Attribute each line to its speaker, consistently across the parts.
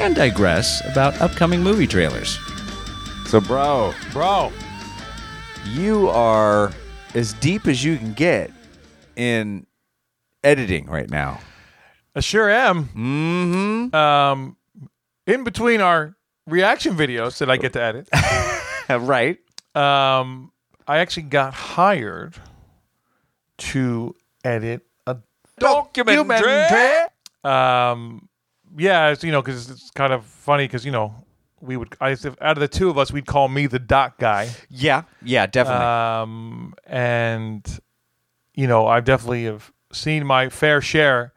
Speaker 1: and digress about upcoming movie trailers.
Speaker 2: So, bro,
Speaker 3: Bro,
Speaker 2: you are as deep as you can get in editing right now.
Speaker 3: I sure am.
Speaker 2: Mm-hmm.
Speaker 3: Um, in between our reaction videos that I get to edit,
Speaker 2: right.
Speaker 3: um, I actually got hired to edit a documentary. Um, yeah, it's, you know, because it's kind of funny because you know we would I, out of the two of us, we'd call me the doc guy.
Speaker 2: Yeah. Yeah. Definitely.
Speaker 3: um, and you know I've definitely have seen my fair share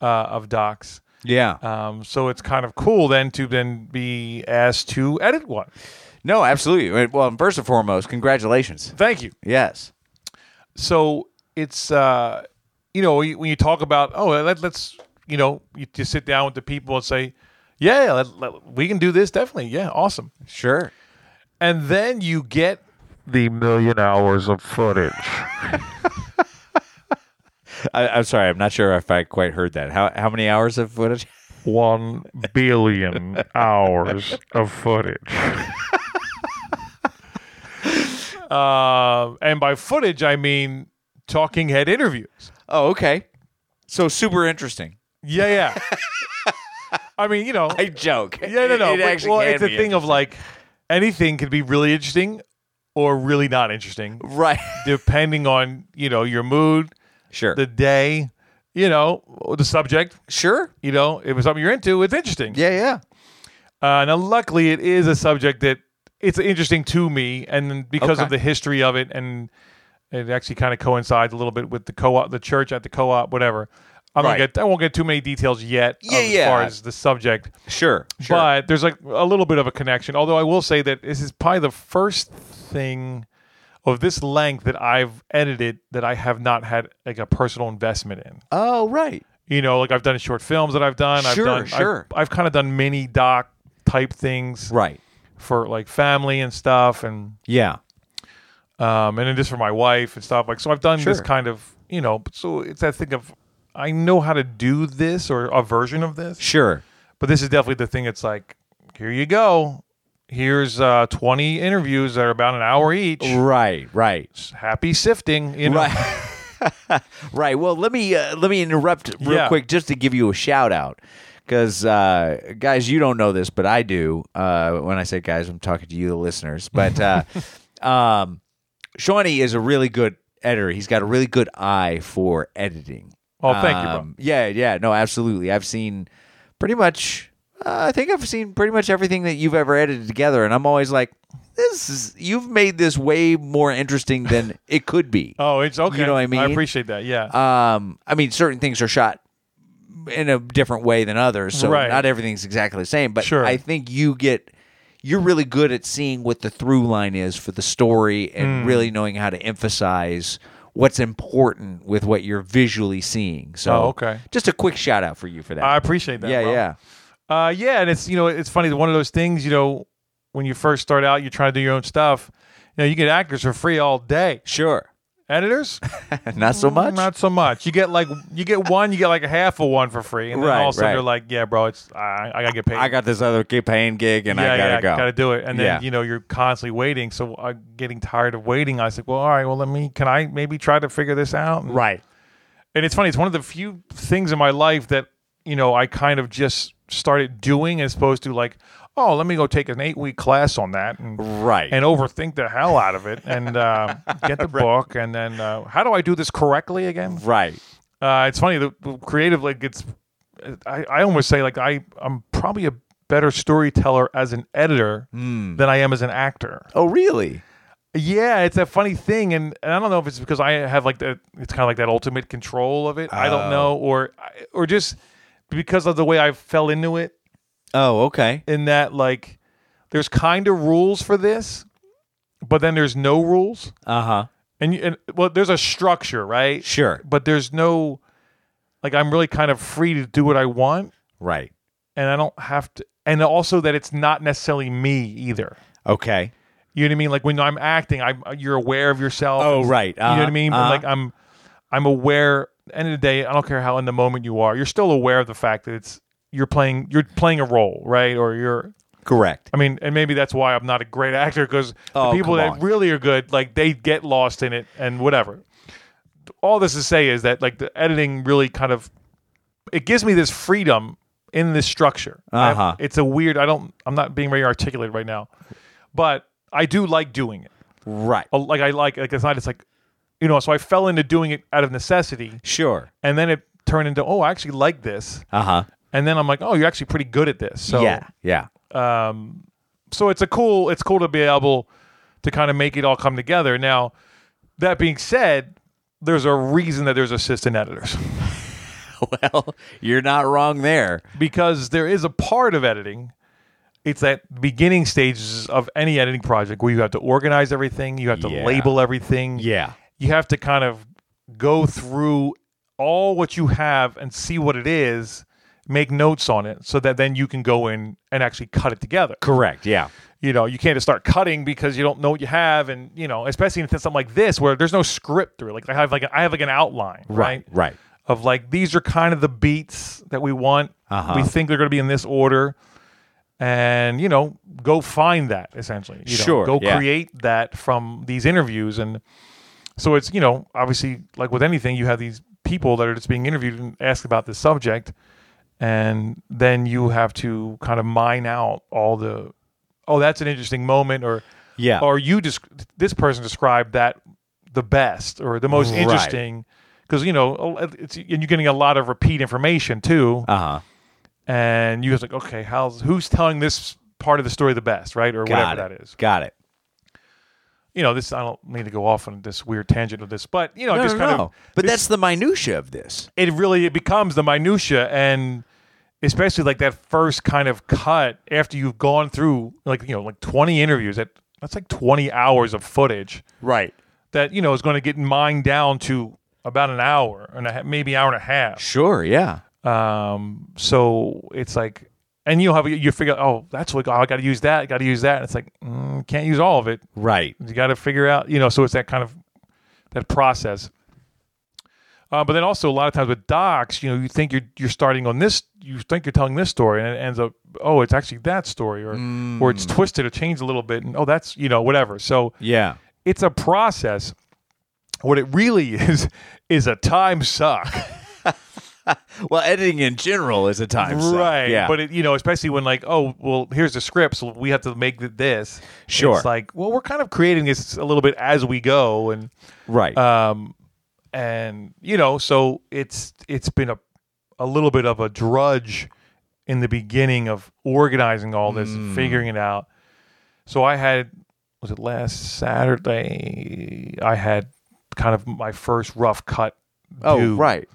Speaker 3: uh, of docs.
Speaker 2: yeah.
Speaker 3: Um, so it's kind of cool then to then be asked to edit one.
Speaker 2: no, absolutely. Right, Well, first and foremost, congratulations.
Speaker 3: Thank you.
Speaker 2: Yes.
Speaker 3: So it's uh, you know when you- when you talk about oh let, let's you know you just sit down with the people and say yeah let, let- we can do this definitely yeah awesome
Speaker 2: Sure.
Speaker 3: and then you get the million hours of footage.
Speaker 2: I, I'm sorry. I'm not sure if I quite heard that. How how many hours of footage?
Speaker 3: one billion hours of footage. uh, and by footage, I mean talking head interviews.
Speaker 2: Oh, okay. So super interesting.
Speaker 3: Yeah, yeah. I mean, you know,
Speaker 2: I joke.
Speaker 3: yeah, no, no.
Speaker 2: It
Speaker 3: but-
Speaker 2: actually
Speaker 3: well,
Speaker 2: can
Speaker 3: it's a
Speaker 2: be
Speaker 3: thing of like anything could be really interesting or really not interesting,
Speaker 2: interesting. right.
Speaker 3: depending on you know your mood,
Speaker 2: Sure.
Speaker 3: the day, you know, the subject.
Speaker 2: sure.
Speaker 3: You know, if it's something you're into, it's interesting.
Speaker 2: Yeah. Yeah.
Speaker 3: Uh, now, luckily, it is a subject that it's interesting to me, and because of
Speaker 2: Okay.
Speaker 3: the history of it, and it actually kind of coincides a little bit with the co-op, the church at the co-op, whatever. I'm
Speaker 2: Right.
Speaker 3: gonna get, I won't get too many details yet
Speaker 2: Yeah,
Speaker 3: as far
Speaker 2: yeah.
Speaker 3: as the subject,
Speaker 2: Sure. Sure.
Speaker 3: but there's like a little bit of a connection. Although I will say that this is probably the first thing of this length that I've edited that I have not had like a personal investment in.
Speaker 2: oh, right.
Speaker 3: You know, like I've done short films that I've done.
Speaker 2: Sure,
Speaker 3: I've done, I've-
Speaker 2: sure.
Speaker 3: I've, kind of done mini doc type things
Speaker 2: Right.
Speaker 3: for like family and stuff and
Speaker 2: Yeah.
Speaker 3: um and then just for my wife and stuff like so i've done this
Speaker 2: Sure.
Speaker 3: kind of you know so it's that thing of i know how to do this or a version of this
Speaker 2: Sure.
Speaker 3: but this is definitely the thing it's like here you go here's uh 20 interviews that are about an hour each
Speaker 2: Right. Right.
Speaker 3: happy sifting you know
Speaker 2: Right. right. Well, let me uh, let me interrupt real
Speaker 3: Yeah.
Speaker 2: quick just to give you a shout out because uh, guys, you don't know this, but I do. Uh, when I say guys, I'm talking to you, the listeners. But uh, um, Shawnee is a really good editor. He's got a really good eye for editing. Um,
Speaker 3: Oh, thank you, bro.
Speaker 2: Yeah, yeah, no, absolutely. I've seen pretty much. Uh, I think I've seen pretty much everything that you've ever edited together, and I'm always like, "This is you've made this way more interesting than it could be."
Speaker 3: oh it's okay
Speaker 2: You know what I mean?
Speaker 3: i appreciate that yeah
Speaker 2: Um, I mean, certain things are shot in a different way than others, so
Speaker 3: Right.
Speaker 2: not everything's exactly the same. But
Speaker 3: Sure.
Speaker 2: I think you get you're really good at seeing what the through line is for the story and
Speaker 3: Mm.
Speaker 2: really knowing how to emphasize what's important with what you're visually seeing. So,
Speaker 3: Oh, okay.
Speaker 2: just a quick shout out for you for that.
Speaker 3: i appreciate that
Speaker 2: yeah,
Speaker 3: bro.
Speaker 2: yeah,
Speaker 3: Uh, yeah, and it's you know it's funny. One of those things you know when you first start out, you're trying to do your own stuff. You know, you get actors for free all day.
Speaker 2: sure.
Speaker 3: Editors,
Speaker 2: Not so much.
Speaker 3: Mm, not so much. You get like you get one, you get like a half of one for free, and then
Speaker 2: Right,
Speaker 3: all of a sudden
Speaker 2: right.
Speaker 3: they're like, "Yeah, bro, it's I, I gotta get paid.
Speaker 2: I got this other paying gig, and
Speaker 3: yeah,
Speaker 2: I gotta
Speaker 3: yeah,
Speaker 2: go.
Speaker 3: gotta do it." And then
Speaker 2: Yeah.
Speaker 3: you know you're constantly waiting. So uh, getting tired of waiting, I was like, "Well, all right, well let me. Can I maybe try to figure this out?" And-
Speaker 2: Right.
Speaker 3: and it's funny it's one of the few things in my life that you know i kind of just started doing as opposed to like oh let me go take an eight week class on that and
Speaker 2: Right.
Speaker 3: and overthink the hell out of it and uh, get the book and then uh, how do i do this correctly again
Speaker 2: right.
Speaker 3: uh, it's funny the the creative like it's I, I almost say like i i'm probably a better storyteller as an editor than i am as an actor
Speaker 2: Oh, really?
Speaker 3: yeah, it's a funny thing, and, and I don't know if it's because I have like the it's kind of like that ultimate control of it. I don't know, or or just because of the way I fell into it.
Speaker 2: Oh, okay.
Speaker 3: in that like there's kind of rules for this, but then there's no rules.
Speaker 2: Uh huh.
Speaker 3: And, you, and well, there's a structure, right?
Speaker 2: Sure.
Speaker 3: But there's no like I'm really kind of free to do what I want,
Speaker 2: Right.
Speaker 3: and I don't have to. And also that it's not necessarily me either.
Speaker 2: Okay.
Speaker 3: You know what I mean? Like when I'm acting, I'm uh, you're aware of yourself.
Speaker 2: Oh, right.
Speaker 3: you know
Speaker 2: Uh-huh,
Speaker 3: what I mean?
Speaker 2: uh-huh.
Speaker 3: But like I'm, I'm aware. End of the day, I don't care how in the moment you are. You're still aware of the fact that it's you're playing. You're playing a role, right? Or you're
Speaker 2: Correct.
Speaker 3: I mean, and maybe that's why I'm not a great actor because
Speaker 2: Oh,
Speaker 3: the people
Speaker 2: come
Speaker 3: that
Speaker 2: on.
Speaker 3: really are good, like they get lost in it and whatever. All this to say is that like the editing really kind of it gives me this freedom in this structure. I-
Speaker 2: Uh-huh.
Speaker 3: It's a weird. I don't. I'm not being very articulate right now, but I do like doing it.
Speaker 2: Right.
Speaker 3: Uh, Like I like like it's not. It's like you know. So I fell into doing it out of necessity,
Speaker 2: Sure.
Speaker 3: and then it turned into oh, I actually like this,
Speaker 2: Uh huh.
Speaker 3: and then I'm like oh, you're actually pretty good at this. So
Speaker 2: yeah. Yeah.
Speaker 3: so it's a cool it's cool to be able to kind of make it all come together now that being said there's a reason that there's assistant editors
Speaker 2: Well, you're not wrong there.
Speaker 3: because there is a part of editing it's that beginning stages of any editing project where you have to organize everything you have to
Speaker 2: Yeah.
Speaker 3: label everything you have to kind of go through all what you have and see what it is make notes on it so that then you can go in and actually cut it together
Speaker 2: Correct. Yeah.
Speaker 3: you know, you can't just start cutting because you don't know what you have, and you know, especially in something like this where there's no script through. it. Like I have like a, I have like an outline, right?
Speaker 2: Right.
Speaker 3: Of like these are kind of the beats that we want.
Speaker 2: Uh-huh.
Speaker 3: We think they're going to be in this order, and you know, go find that essentially. You know,
Speaker 2: Sure,
Speaker 3: Go
Speaker 2: yeah.
Speaker 3: create that from these interviews, and so it's you know, obviously, like with anything, you have these people that are just being interviewed and asked about this subject. And then you have to kind of mine out all the oh that's an interesting moment or
Speaker 2: Yeah.
Speaker 3: or you just this person described that the best or the most
Speaker 2: Right.
Speaker 3: interesting because you know it's and you're getting a lot of repeat information too
Speaker 2: Uh huh.
Speaker 3: and you was like okay how's who's telling this part of the story the best right or
Speaker 2: Got
Speaker 3: whatever
Speaker 2: it.
Speaker 3: that is
Speaker 2: Got it.
Speaker 3: you know this i don't mean to go off on this weird tangent of this but you know
Speaker 2: No,
Speaker 3: just
Speaker 2: no,
Speaker 3: kind
Speaker 2: no.
Speaker 3: of
Speaker 2: but
Speaker 3: it's-
Speaker 2: that's the minutia of this.
Speaker 3: it really it becomes the minutia and especially like that first kind of cut after you've gone through like you know like 20 interviews that that's like 20 hours of footage
Speaker 2: Right.
Speaker 3: that you know is going to get mined down to about an hour and a, ha- maybe hour and a half
Speaker 2: Sure. Yeah.
Speaker 3: um so it's like and you'll have you figure out, oh that's what oh, i gotta use that i gotta use that and it's like mm, can't use all of it
Speaker 2: Right.
Speaker 3: you got to figure out, you know, so it's that kind of that process. Uh, but then also a lot of times with docs, you know, you think you're you're starting on this, you think you're telling this story, and it ends up, oh, it's actually that story, or or it's twisted or changed a little bit, and oh, that's you know whatever. So
Speaker 2: Yeah.
Speaker 3: it's a process. What it really is is a time suck,
Speaker 2: Well, editing in general is a time suck. Yeah.
Speaker 3: But it, you know, especially when like, oh, well, here's the script, so we have to make th- this.
Speaker 2: Sure.
Speaker 3: It's like, well, we're kind of creating this a little bit as we go, and
Speaker 2: right.
Speaker 3: um, and you know, so it's it's been a a little bit of a drudge in the beginning of organizing all this
Speaker 2: Hmm.
Speaker 3: and figuring it out. So I had was it last Saturday? I had kind of my first rough cut.
Speaker 2: oh,
Speaker 3: due.
Speaker 2: right.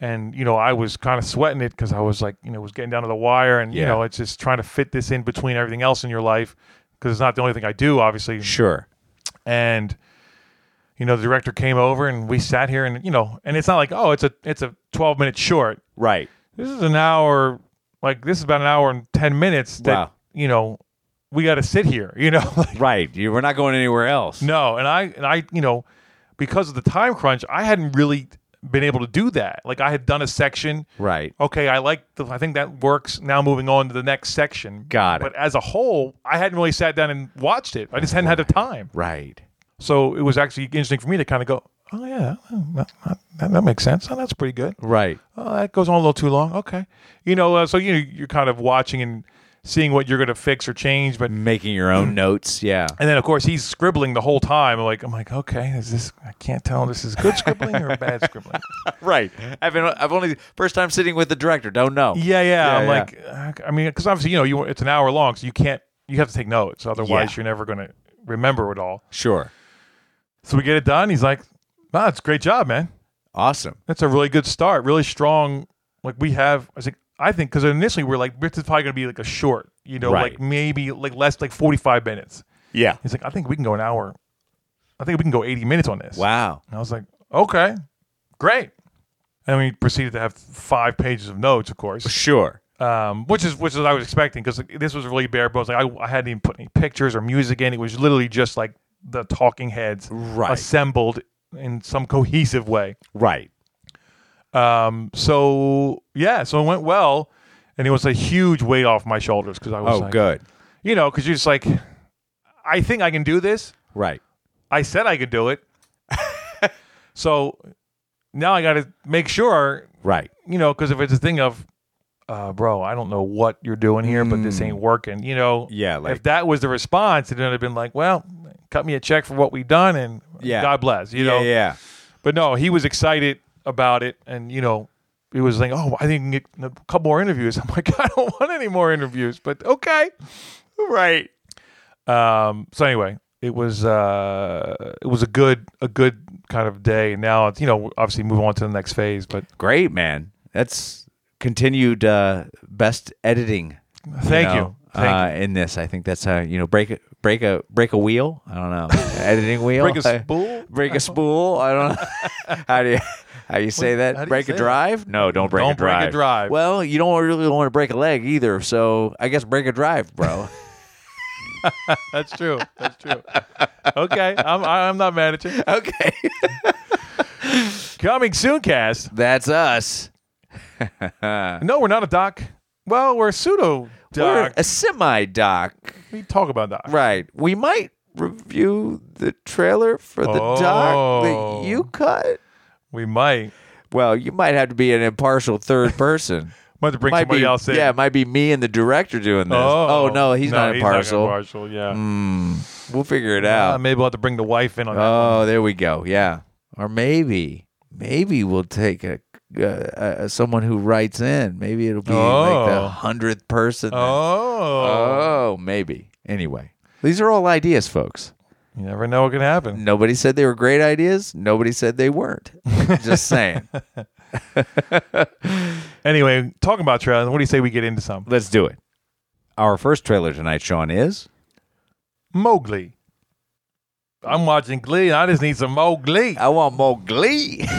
Speaker 3: And you know, I was kind of sweating it because I was like, you know, it was getting down to the wire, and you
Speaker 2: Yeah.
Speaker 3: know, it's just trying to fit this in between everything else in your life because it's not the only thing I do, obviously
Speaker 2: Sure.
Speaker 3: and you know the director came over and we sat here and you know and it's not like oh it's a it's a 12 minute short
Speaker 2: Right.
Speaker 3: this is an hour like this is about an hour and 10 minutes that
Speaker 2: Wow.
Speaker 3: you know we got to sit here you know like,
Speaker 2: Right. You, we're not going anywhere else.
Speaker 3: no and i and i you know because of the time crunch i hadn't really been able to do that like i had done a section
Speaker 2: Right.
Speaker 3: okay i like the, i think that works now moving on to the next section
Speaker 2: Got it.
Speaker 3: but as a whole i hadn't really sat down and watched it i just hadn't had the time
Speaker 2: Right.
Speaker 3: So it was actually interesting for me to kind of go, oh yeah, that, that, that makes sense. Oh, that's pretty good.
Speaker 2: Right.
Speaker 3: Oh, that goes on a little too long. Okay, you know, uh, so you you're kind of watching and seeing what you're going to fix or change, but and
Speaker 2: Making your own notes. Yeah.
Speaker 3: then of course he's scribbling the whole time. I'm like, I'm like, okay, is this? I can't tell. if This is good scribbling or bad scribbling.
Speaker 2: Right. I've been. I've only first time sitting with the director. Don't know.
Speaker 3: Yeah, yeah. I'm
Speaker 2: yeah.
Speaker 3: like, uh, I mean, because obviously you know you it's an hour long, so you can't you have to take notes, otherwise
Speaker 2: Yeah.
Speaker 3: you're never going to remember it all.
Speaker 2: Sure.
Speaker 3: So we get it done. He's like, wow, it's a great job, man.
Speaker 2: Awesome.
Speaker 3: that's a really good start. Really strong. Like we have, I think I think because initially we're like, this is probably going to be like a short, you know,
Speaker 2: Right.
Speaker 3: like maybe like less like 45 minutes.
Speaker 2: Yeah.
Speaker 3: He's like, I think we can go an hour. I think we can go 80 minutes on this.
Speaker 2: Wow.
Speaker 3: And I was like, okay, great. And we proceeded to have five pages of notes, of course,
Speaker 2: Sure.
Speaker 3: um, which is which is what I was expecting because this was really bare bones. Like I, I hadn't even put any pictures or music in. It was literally just like the talking heads
Speaker 2: Right.
Speaker 3: assembled in some cohesive way.
Speaker 2: Right.
Speaker 3: Um, so yeah, so it went well, and it was a huge weight off my shoulders because I was
Speaker 2: Oh,
Speaker 3: like,
Speaker 2: good.
Speaker 3: you know, because you're just like, I think I can do this.
Speaker 2: Right.
Speaker 3: I said I could do it. so now I got to make sure,
Speaker 2: Right.
Speaker 3: you know, because if it's a thing of, uh, bro, I don't know what you're doing here, but this ain't working, you know.
Speaker 2: Mm. Yeah, like-
Speaker 3: if that was the response, it would have been like, well, cut me a check for what we done, and
Speaker 2: Yeah.
Speaker 3: God bless, you know.
Speaker 2: yeah. Yeah.
Speaker 3: But no, he was excited about it, and you know, he was like, "Oh, I think I can get a couple more interviews." I'm like, "I don't want any more interviews," but okay, right. Um. So anyway, it was uh, it was a good a good kind of day. And Now it's you know obviously move on to the next phase, but
Speaker 2: Great, man. That's continued uh, best editing.
Speaker 3: thank you,
Speaker 2: know,
Speaker 3: Thank
Speaker 2: uh, In this, I think that's how you know break a break a break a wheel. I don't know editing wheel.
Speaker 3: Break a spool?
Speaker 2: break a spool. I don't know how do you how you
Speaker 3: how
Speaker 2: say
Speaker 3: do
Speaker 2: that.
Speaker 3: you
Speaker 2: Break
Speaker 3: say
Speaker 2: a
Speaker 3: that?
Speaker 2: drive? No, don't break a
Speaker 3: Don't break
Speaker 2: drive.
Speaker 3: a drive.
Speaker 2: Well, you don't really want to break a leg either. So I guess break a drive, bro.
Speaker 3: That's true. That's true. okay, I'm I'm not mad at you.
Speaker 2: okay,
Speaker 3: Coming soon, cast.
Speaker 2: that's us.
Speaker 3: No, we're not a doc. Uh, Well, we're a pseudo
Speaker 2: We're
Speaker 3: doc.
Speaker 2: a semi doc.
Speaker 3: We talk about doc.
Speaker 2: Right. We might review the trailer for the doc
Speaker 3: Oh.
Speaker 2: that you cut.
Speaker 3: We might.
Speaker 2: Well, you might have to be an impartial third person.
Speaker 3: Might have to bring
Speaker 2: might
Speaker 3: somebody
Speaker 2: be,
Speaker 3: else in.
Speaker 2: yeah, it might be me and the director doing this. Oh, no, he's not Mm. impartial.
Speaker 3: impartial, Yeah.
Speaker 2: We'll figure it
Speaker 3: Uh,
Speaker 2: out.
Speaker 3: maybe we'll have to bring the wife in on that.
Speaker 2: oh, there we go. Yeah. Or maybe, maybe we'll take a. Uh, uh, someone who writes in. Maybe it'll be like the
Speaker 3: Oh.
Speaker 2: hundredth person. that-
Speaker 3: oh.
Speaker 2: oh, maybe. Anyway, these are all ideas, folks.
Speaker 3: You never know what can happen.
Speaker 2: Nobody said they were great ideas. Nobody said they weren't. Just saying.
Speaker 3: Anyway, talking about trailers, what do you say we get into some?
Speaker 2: Let's do it. Our first trailer tonight, Sean, is
Speaker 3: Mowgli. I'm watching Glee. and I just need some Mowgli.
Speaker 2: I want more glee.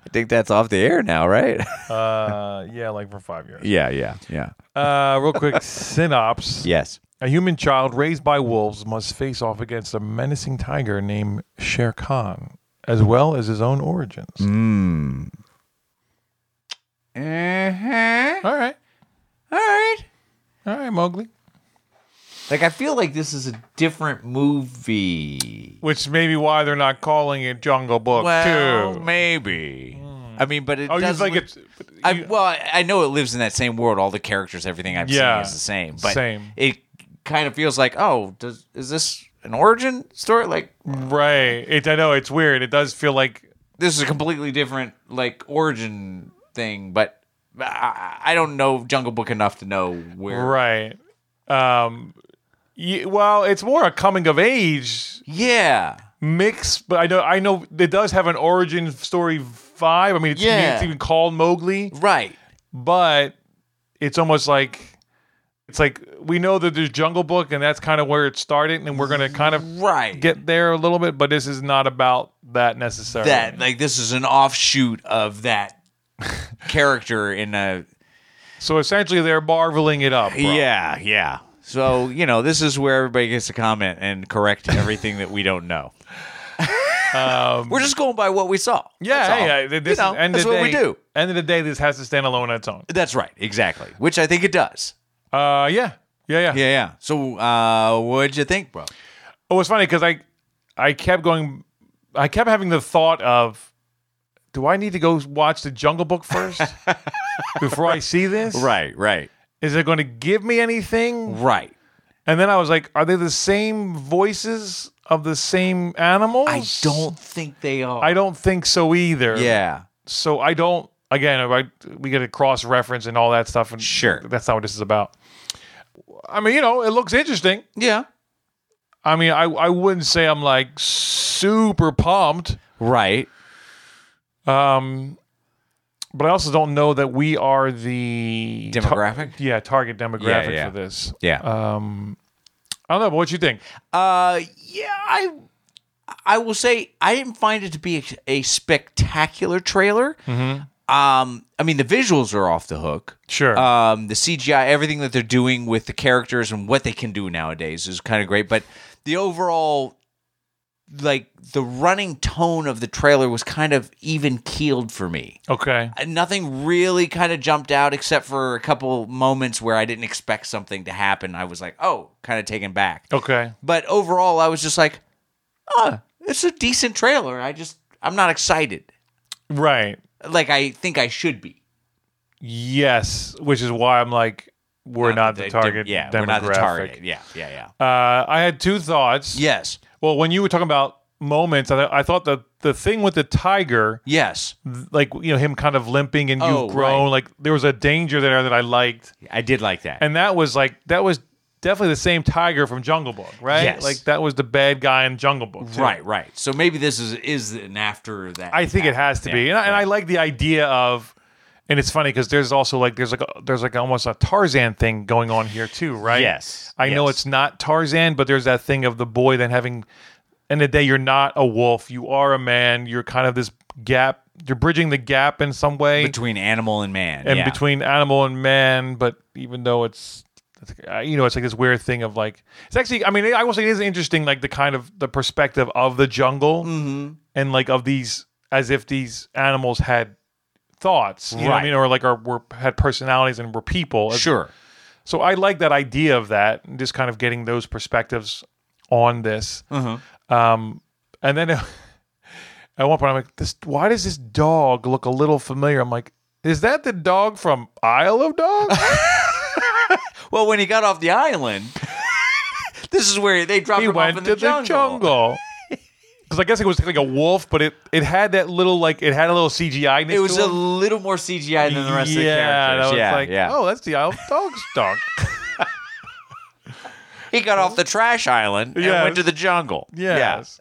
Speaker 2: I think that's off the air now, right?
Speaker 3: Uh, yeah, like for five years.
Speaker 2: yeah, yeah, yeah.
Speaker 3: Uh, real quick synopsis.
Speaker 2: Yes.
Speaker 3: A human child raised by wolves must face off against a menacing tiger named Shere Khan, as well as his own origins.
Speaker 2: Mm. Uh-huh.
Speaker 3: All right.
Speaker 2: All right.
Speaker 3: All right, Mowgli.
Speaker 2: Like I feel like this is a different movie.
Speaker 3: Which may be why they're not calling it Jungle Book
Speaker 2: Well,
Speaker 3: 2.
Speaker 2: maybe. Hmm. I mean, but it
Speaker 3: Oh, you
Speaker 2: does
Speaker 3: think
Speaker 2: look-
Speaker 3: it's
Speaker 2: I, well, I- I know it lives in that same world. All the characters, everything I've
Speaker 3: Yeah.
Speaker 2: seen is the same. But
Speaker 3: Same.
Speaker 2: it kind of feels like, oh, does, is this an origin story? Like
Speaker 3: right? It, I know it's weird. It does feel like
Speaker 2: this is a completely different like origin thing. But I, I don't know Jungle Book enough to know where.
Speaker 3: right. Um, y- well, it's more a coming of age
Speaker 2: Yeah.
Speaker 3: mix, but I know I know it does have an origin story vibe. I mean, it's,
Speaker 2: Yeah.
Speaker 3: it's even called Mowgli,
Speaker 2: Right.
Speaker 3: but it's almost like. It's like we know that there's Jungle Book, and that's kind of where it started, and we're gonna kind of
Speaker 2: Right.
Speaker 3: get there a little bit, but this is not about that necessarily.
Speaker 2: that like this is an offshoot of that character in a
Speaker 3: So essentially, they're marveling it up. bro.
Speaker 2: Yeah, yeah. So, you know, this is where everybody gets to comment and correct everything that we don't know. We're just going by what we saw. That's all.
Speaker 3: Um, Yeah, yeah. th- This,
Speaker 2: You know,
Speaker 3: end of
Speaker 2: that's
Speaker 3: the
Speaker 2: what
Speaker 3: day,
Speaker 2: we do.
Speaker 3: End of the day, this has to stand alone on its own.
Speaker 2: That's right, exactly. Which I think it does.
Speaker 3: Uh, yeah, yeah, yeah.
Speaker 2: Yeah, yeah. So, uh, what'd you think, bro?
Speaker 3: Oh, it's funny because I, I kept going, I kept having the thought of, do I need to go watch the Jungle Book first before I see this?
Speaker 2: Right, right,
Speaker 3: Is it going to give me anything?
Speaker 2: right.
Speaker 3: And then I was like, are they the same voices of the same animals?
Speaker 2: I don't think they are.
Speaker 3: I don't think so either.
Speaker 2: yeah,
Speaker 3: So I don't. Again, I, we get a cross reference and all that stuff. And
Speaker 2: Sure.
Speaker 3: that's not what this is about. I mean, you know, it looks interesting.
Speaker 2: yeah.
Speaker 3: I mean, I, I wouldn't say I'm like super pumped.
Speaker 2: Right.
Speaker 3: Um, but I also don't know that we are the tar-
Speaker 2: Demographic?
Speaker 3: yeah, target demographic
Speaker 2: yeah.
Speaker 3: for this. Um,
Speaker 2: Yeah.
Speaker 3: I don't know, but what you think?
Speaker 2: Uh, yeah, I I will say I didn't find it to be a, a spectacular trailer.
Speaker 3: Mm-hmm.
Speaker 2: Um, I mean the visuals are off the hook.
Speaker 3: Sure.
Speaker 2: Um, the CGI, everything that they're doing with the characters and what they can do nowadays is kind of great. But the overall, like the running tone of the trailer was kind of even keeled for me.
Speaker 3: okay.
Speaker 2: Uh, Nothing really kind of jumped out except for a couple moments where I didn't expect something to happen. I was like, oh, kind of taken back.
Speaker 3: Okay.
Speaker 2: But overall, I was just like, oh, it's a decent trailer. I just, I'm not excited.
Speaker 3: Right.
Speaker 2: Like, I think I should be.
Speaker 3: Yes, which is why I'm like, we're not, the
Speaker 2: They-
Speaker 3: target.
Speaker 2: Uh, Yeah,
Speaker 3: demographic.
Speaker 2: we're not the target. Yeah, yeah, yeah.
Speaker 3: Uh, I had two thoughts.
Speaker 2: yes,
Speaker 3: Well, when you were talking about moments, I, th- I thought the the thing with the tiger,
Speaker 2: yes.
Speaker 3: like you know him kind of limping and you've
Speaker 2: Oh,
Speaker 3: grown,
Speaker 2: right.
Speaker 3: like there was a danger there that I liked,
Speaker 2: I did like that.
Speaker 3: and that was like that was definitely the same tiger from Jungle Book, right?
Speaker 2: Yes.
Speaker 3: Like that was the bad guy in Jungle Book, too.
Speaker 2: right, right. So maybe this is is an after that.
Speaker 3: I think it has to be, and I, and I like the idea of. And it's funny because there's also like there's like a, there's like almost a Tarzan thing going on here too, right?
Speaker 2: Yes,
Speaker 3: I know
Speaker 2: yes.
Speaker 3: it's not Tarzan, but there's that thing of the boy then having. And the day you're not a wolf, you are a man. You're kind of this gap. You're bridging the gap in some way
Speaker 2: between animal and man.
Speaker 3: and
Speaker 2: yeah.
Speaker 3: between animal and man. But even though it's, it's, uh, you know, it's like this weird thing of like it's actually. I mean, I will say it is interesting, like the kind of the perspective of the jungle
Speaker 2: Mm-hmm.
Speaker 3: and like of these as if these animals had thoughts, you know what I
Speaker 2: Right.
Speaker 3: mean, or like are were had personalities and were people.
Speaker 2: sure.
Speaker 3: So I like that idea of that, and just kind of getting those perspectives on this.
Speaker 2: Mm-hmm.
Speaker 3: Um, and then at one point, I'm like, "This, why does this dog look a little familiar?" I'm like, "Is that the dog from Isle of Dogs?"
Speaker 2: Well, when he got off the island, this is where they dropped
Speaker 3: he
Speaker 2: him
Speaker 3: went
Speaker 2: off in
Speaker 3: to
Speaker 2: the jungle.
Speaker 3: Because I guess it was like a wolf, but it, it had that little like it had a little CGI. Next
Speaker 2: It was
Speaker 3: to
Speaker 2: a
Speaker 3: it.
Speaker 2: little more CGI than the rest of the
Speaker 3: and I
Speaker 2: characters.
Speaker 3: was
Speaker 2: Yeah,
Speaker 3: like,
Speaker 2: yeah.
Speaker 3: Oh, that's the Isle of Dogs dog.
Speaker 2: He got off the trash island and
Speaker 3: oh. Yes.
Speaker 2: went to the jungle.
Speaker 3: yes.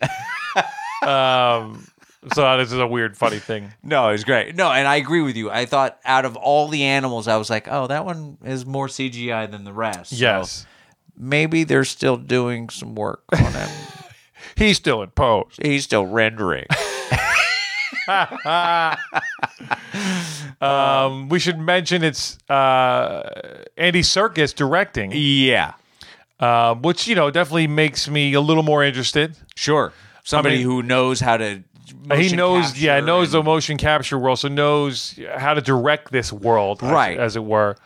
Speaker 3: um. So this is a weird, funny thing.
Speaker 2: No, it was great. No, and I agree with you. I thought out of all the animals, I was like, oh, that one is more CGI than the rest. So
Speaker 3: Yes.
Speaker 2: maybe they're still doing some work on him.
Speaker 3: He's still in pose.
Speaker 2: He's still rendering.
Speaker 3: Um, we should mention it's uh, Andy Serkis directing,
Speaker 2: yeah,
Speaker 3: uh, which you know definitely makes me a little more interested.
Speaker 2: sure. Somebody
Speaker 3: mean-
Speaker 2: who knows how to.
Speaker 3: he
Speaker 2: motion
Speaker 3: knows, yeah,
Speaker 2: capture
Speaker 3: knows the
Speaker 2: and-
Speaker 3: motion capture world, so knows how to direct this world, as-
Speaker 2: Right.
Speaker 3: as, it were.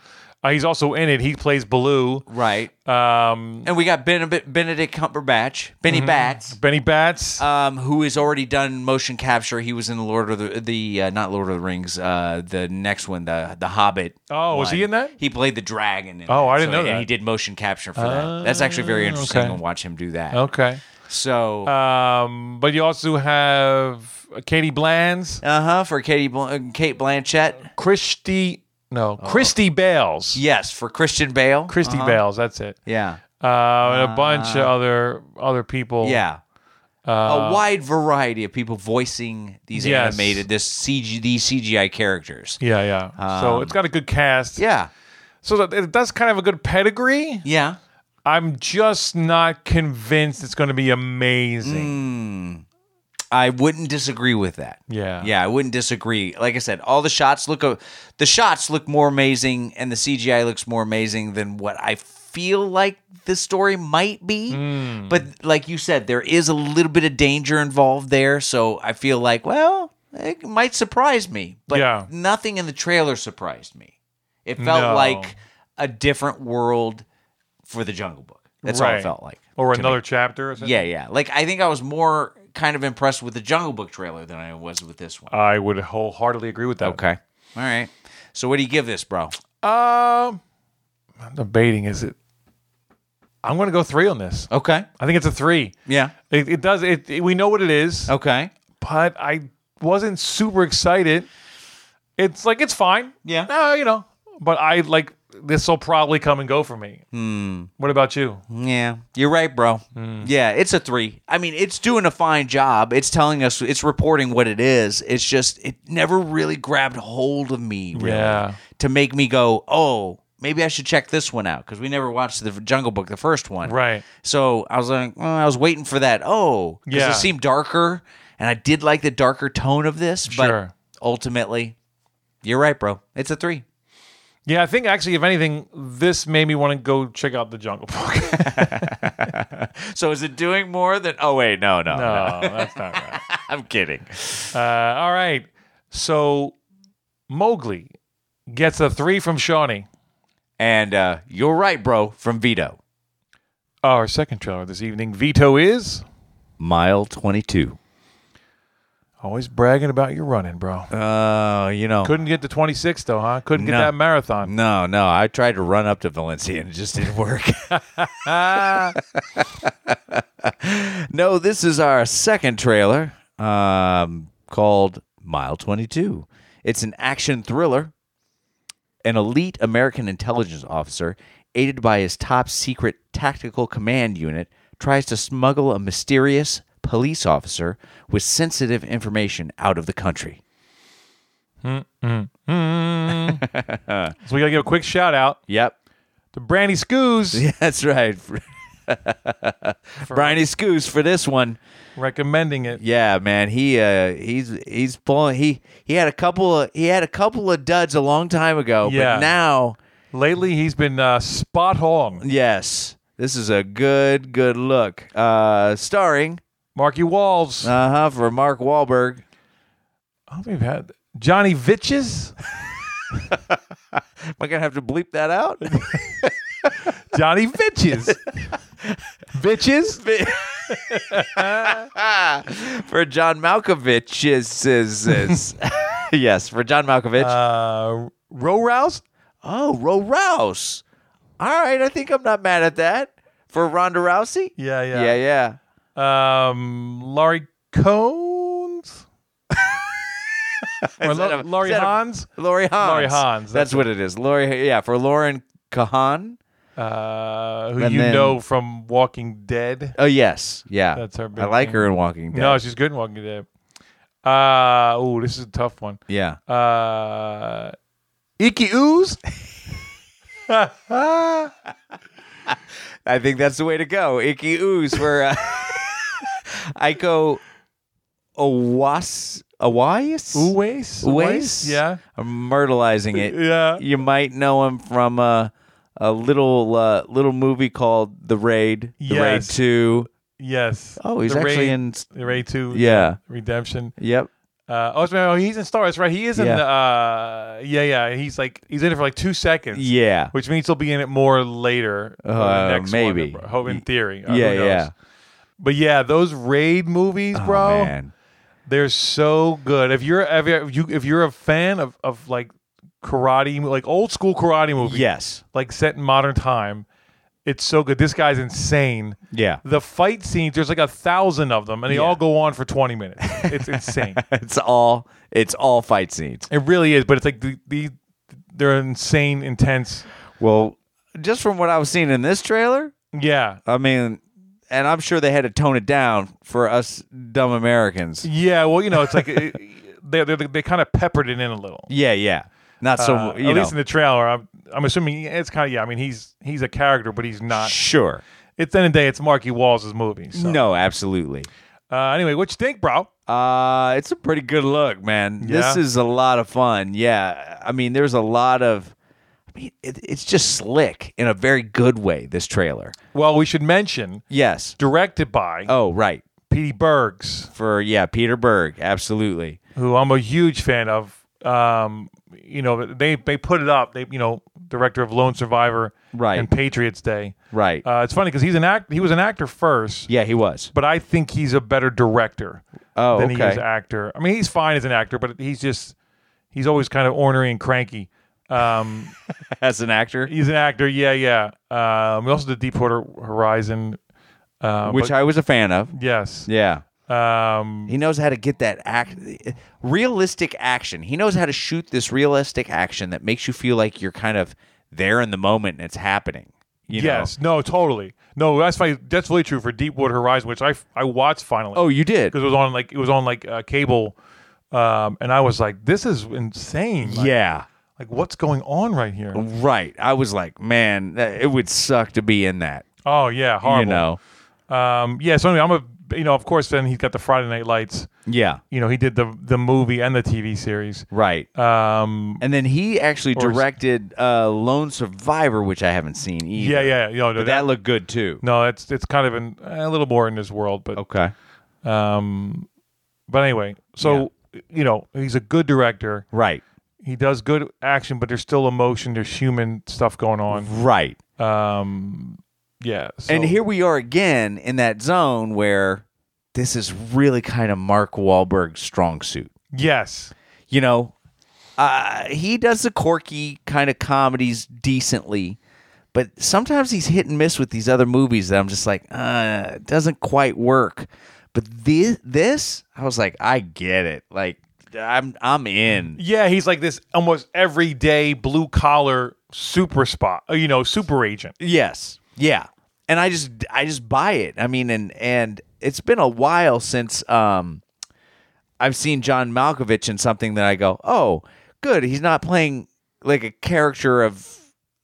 Speaker 3: Uh, he's also in it. He plays Baloo.
Speaker 2: right.
Speaker 3: Um, Mm-hmm.
Speaker 2: and we got ben- Benedict Cumberbatch, Benny Bats.
Speaker 3: Benny Bats.
Speaker 2: um, who has already done motion capture. He was in the Lord of the the uh, not Lord of the Rings, uh, the next one, the the Hobbit.
Speaker 3: Oh, was
Speaker 2: one.
Speaker 3: he in that?
Speaker 2: He played the dragon. In
Speaker 3: Oh,
Speaker 2: that.
Speaker 3: I didn't know
Speaker 2: and
Speaker 3: that. Ah,
Speaker 2: he did motion capture for that. That's actually very interesting
Speaker 3: okay.
Speaker 2: to watch him do that.
Speaker 3: okay.
Speaker 2: So, uh
Speaker 3: Um, but you also have Katie Bland's,
Speaker 2: huh, for Katie Bl- uh, Kate Blanchett,
Speaker 3: Christy, no,
Speaker 2: Oh.
Speaker 3: Christy Bales.
Speaker 2: yes, for Christian Bale,
Speaker 3: Christy Bales, that's it.
Speaker 2: yeah,
Speaker 3: uh, and a bunch of other other people.
Speaker 2: yeah.
Speaker 3: Uh,
Speaker 2: a wide variety of people voicing these
Speaker 3: Yes.
Speaker 2: animated, this CG, these CGI characters.
Speaker 3: yeah, yeah. so it's got a good cast.
Speaker 2: Um, Yeah,
Speaker 3: So that, that's kind of a good pedigree.
Speaker 2: yeah.
Speaker 3: I'm just not convinced it's going to be
Speaker 2: Mm,
Speaker 3: amazing.
Speaker 2: I wouldn't disagree with that.
Speaker 3: Yeah.
Speaker 2: Yeah, I wouldn't disagree. Like I said, all the shots look o- the shots look more amazing and the CGI looks more amazing than what I feel like the story might be.
Speaker 3: Hmm.
Speaker 2: But like you said, there is a little bit of danger involved there, so I feel like, well, it might surprise me, but
Speaker 3: Yeah.
Speaker 2: nothing in the trailer surprised me. It felt
Speaker 3: No.
Speaker 2: like a different world for the Jungle Book. That's all
Speaker 3: Right.
Speaker 2: it felt like.
Speaker 3: Or
Speaker 2: to me.
Speaker 3: another chapter. Or something.
Speaker 2: Yeah, yeah. Like I think I was more kind of impressed with the Jungle Book trailer than I was with this one.
Speaker 3: I would wholeheartedly agree with that.
Speaker 2: All right. So what do you give this, bro?
Speaker 3: Um, I'm debating. Is it? I'm going to go three on this.
Speaker 2: Okay.
Speaker 3: I think it's a three.
Speaker 2: Yeah.
Speaker 3: It, it does. It, it. We know what it is,
Speaker 2: Okay.
Speaker 3: but I wasn't super excited. It's like it's fine.
Speaker 2: Yeah.
Speaker 3: No, you know, but I like this will probably come and go for me.
Speaker 2: Hmm.
Speaker 3: What about you?
Speaker 2: Yeah, you're right, bro. Yeah, it's a three. I mean, it's doing a fine job. It's telling us, it's reporting what it is. It's just, it never really grabbed hold of me, really,
Speaker 3: Yeah.
Speaker 2: to make me go, oh, maybe I should check this one out because we never watched the Jungle Book, the first one,
Speaker 3: Right.
Speaker 2: So I was like, well, I was waiting for that. Oh, because
Speaker 3: Yeah.
Speaker 2: it seemed darker, and I did like the darker tone of this, but
Speaker 3: Sure.
Speaker 2: ultimately, you're right, bro. It's a three.
Speaker 3: Yeah, I think actually, if anything, this made me want to go check out the Jungle Book.
Speaker 2: So is it doing more than? Oh wait, no, no,
Speaker 3: no,
Speaker 2: no.
Speaker 3: that's not right.
Speaker 2: I'm kidding.
Speaker 3: Uh, all right. So Mowgli gets a three from Shawnee.
Speaker 2: And uh, you're right, bro, from Vito.
Speaker 3: Our second trailer this evening, Vito is
Speaker 2: Mile 22.
Speaker 3: always bragging about your running, bro.
Speaker 2: Uh, you know.
Speaker 3: Couldn't get to 26 though, huh? Couldn't get
Speaker 2: No.
Speaker 3: that marathon.
Speaker 2: no, no. I tried to run up to Valencia and it just didn't work. no, this is our second trailer um, called Mile 22. It's an action thriller. An elite American intelligence officer, aided by his top secret tactical command unit, tries to smuggle a mysterious police officer with sensitive information out of the country.
Speaker 3: So we gotta give a quick shout out
Speaker 2: Yep.
Speaker 3: to Brandy Scoos.
Speaker 2: Yeah, that's right. Briny Scoos for this one.
Speaker 3: recommending it.
Speaker 2: Yeah, man, he uh, he's he's pulling. He he had a couple of he had a couple of duds a long time ago,
Speaker 3: Yeah.
Speaker 2: but now
Speaker 3: Lately, he's been uh, spot on.
Speaker 2: yes, this is a good good look. Uh, starring
Speaker 3: Marky Walls.
Speaker 2: uh huh for Mark Wahlberg.
Speaker 3: I don't think we've had Johnny Vitches,
Speaker 2: Am I gonna have to bleep that out?
Speaker 3: Johnny Vitches, Vitches.
Speaker 2: for John Malkovich is is, is yes for John Malkovich.
Speaker 3: Uh, Row Rouse.
Speaker 2: oh, Ro Rouse. All right, I think I'm not mad at that for Ronda Rousey.
Speaker 3: Yeah, yeah.
Speaker 2: yeah, yeah.
Speaker 3: Um, Laurie Cones. or
Speaker 2: Is that
Speaker 3: Lo-
Speaker 2: a-
Speaker 3: Laurie
Speaker 2: is that a-
Speaker 3: Hans.
Speaker 2: Lori Hans.
Speaker 3: Lori Hans,
Speaker 2: That's, what it is. Lori, yeah, for Lauren Kahan.
Speaker 3: uh, who
Speaker 2: And
Speaker 3: you
Speaker 2: then-
Speaker 3: know from Walking Dead.
Speaker 2: Oh yes, yeah.
Speaker 3: That's her big
Speaker 2: I like
Speaker 3: thing.
Speaker 2: her in Walking Dead.
Speaker 3: No, she's good in Walking Dead. Uh, oh, this is a tough one.
Speaker 2: yeah.
Speaker 3: Uh, Icky Ooze.
Speaker 2: I think that's the way to go. Icky ooze for uh, Aiko Owas Awais.
Speaker 3: Uwais?
Speaker 2: Uwais?
Speaker 3: Yeah.
Speaker 2: I'm myrtleizing it.
Speaker 3: Yeah.
Speaker 2: You might know him from uh, a little uh, little movie called The Raid. The Raid
Speaker 3: Yes.
Speaker 2: Two.
Speaker 3: Yes.
Speaker 2: Oh, he's
Speaker 3: The
Speaker 2: actually
Speaker 3: Raid-
Speaker 2: in.
Speaker 3: The Raid 2.
Speaker 2: Yeah.
Speaker 3: Redemption.
Speaker 2: Yep.
Speaker 3: Uh, oh, it's- oh, he's in Star Wars, right? He is in
Speaker 2: Yeah.
Speaker 3: the. Uh, yeah, yeah. He's like, he's in it for like two seconds.
Speaker 2: Yeah.
Speaker 3: Which means he'll be in it more later. on the
Speaker 2: Uh,
Speaker 3: next one,
Speaker 2: maybe.
Speaker 3: Hope in theory. Uh, who
Speaker 2: yeah.
Speaker 3: knows?
Speaker 2: Yeah.
Speaker 3: But yeah, those raid movies, bro.
Speaker 2: Oh, man.
Speaker 3: They're so good. If you're ever you if you're a fan of of like karate, like old school karate movies,
Speaker 2: Yes.
Speaker 3: like set in modern time, it's so good. This guy's insane.
Speaker 2: Yeah.
Speaker 3: The fight scenes, there's like a thousand of them, and they all go on for 20 minutes. It's insane.
Speaker 2: It's all it's all fight scenes.
Speaker 3: it really is, but it's like the, the they're insane, intense.
Speaker 2: Well, just from what I was seeing in this trailer,
Speaker 3: Yeah,
Speaker 2: I mean, and I'm sure they had to tone it down for us dumb Americans.
Speaker 3: yeah. Well, you know, it's like it, they they they kind of peppered it in a little.
Speaker 2: Yeah, yeah. Not so
Speaker 3: Uh,
Speaker 2: you
Speaker 3: at
Speaker 2: know.
Speaker 3: least in the trailer, I'm I'm assuming it's kind of yeah. I mean, he's he's a character, but he's not.
Speaker 2: sure.
Speaker 3: At the end of the day, it's Marky Walls' movie. So.
Speaker 2: No, absolutely.
Speaker 3: Uh, anyway, what you think, bro?
Speaker 2: Uh, it's a pretty good look, man. This
Speaker 3: Yeah.
Speaker 2: is a lot of fun. Yeah. I mean, there's a lot of I mean, it, it's just slick in a very good way this trailer.
Speaker 3: Well, we should mention
Speaker 2: Yes.
Speaker 3: directed by
Speaker 2: Oh, right.
Speaker 3: Petey Bergs,
Speaker 2: For yeah, Peter Berg, absolutely.
Speaker 3: who I'm a huge fan of. Um, you know, they they put it up. They you know, director of Lone Survivor,
Speaker 2: Right.
Speaker 3: and Patriots Day.
Speaker 2: Right.
Speaker 3: Uh, it's funny because he's an act. He was an actor first,
Speaker 2: yeah, he was.
Speaker 3: but I think he's a better director
Speaker 2: Oh,
Speaker 3: than he
Speaker 2: okay.
Speaker 3: is actor. I mean, he's fine as an actor, but he's just he's always kind of ornery and cranky. Um,
Speaker 2: as an actor,
Speaker 3: he's an actor. Yeah, yeah. Um, we also did Deepwater Horizon, uh,
Speaker 2: which I was a fan of.
Speaker 3: yes.
Speaker 2: Yeah.
Speaker 3: Um,
Speaker 2: He knows how to get that act realistic action. He knows how to shoot this realistic action that makes you feel like you're kind of there in the moment and it's happening. You know?
Speaker 3: yes, no, totally. No, that's my, that's really true for Deepwater Horizon, which I I watched finally.
Speaker 2: Oh, you did.
Speaker 3: because it was on like it was on like uh, cable, um, and I was like, this is insane. Like-
Speaker 2: Yeah.
Speaker 3: like what's going on right here?
Speaker 2: Right. I was like, man, that- it would suck to be in that.
Speaker 3: Oh yeah, horrible.
Speaker 2: You know.
Speaker 3: Um, yeah. So anyway, I'm a you know of course then he's got the Friday Night Lights.
Speaker 2: Yeah.
Speaker 3: You know he did the the movie and the TV series.
Speaker 2: Right.
Speaker 3: Um,
Speaker 2: and then he actually
Speaker 3: or-
Speaker 2: directed uh, Lone Survivor, which I haven't seen either.
Speaker 3: yeah, yeah. You know,
Speaker 2: But that, looked good too.
Speaker 3: no, it's it's kind of in, a little more in his world, but
Speaker 2: Okay.
Speaker 3: um, but anyway, so you know he's a good director.
Speaker 2: Right.
Speaker 3: He does good action, but there's still emotion. There's human stuff going on.
Speaker 2: Right.
Speaker 3: Um, yeah. So,
Speaker 2: Mm-hmm. And here we are again in that zone where this is really kind of Mark Wahlberg's strong suit.
Speaker 3: yes,
Speaker 2: You know, uh, he does the quirky kind of comedies decently, but sometimes he's hit and miss with these other movies that I'm just like, uh, it doesn't quite work. But this, this, I was like, I get it. Like, I'm, I'm in.
Speaker 3: yeah. He's like this almost everyday blue collar super spot. uh, You know, super agent.
Speaker 2: Yes. Yeah. And I just, I just buy it. I mean, and and it's been a while since um, I've seen John Malkovich in something that I go, oh, good. He's not playing like a character of,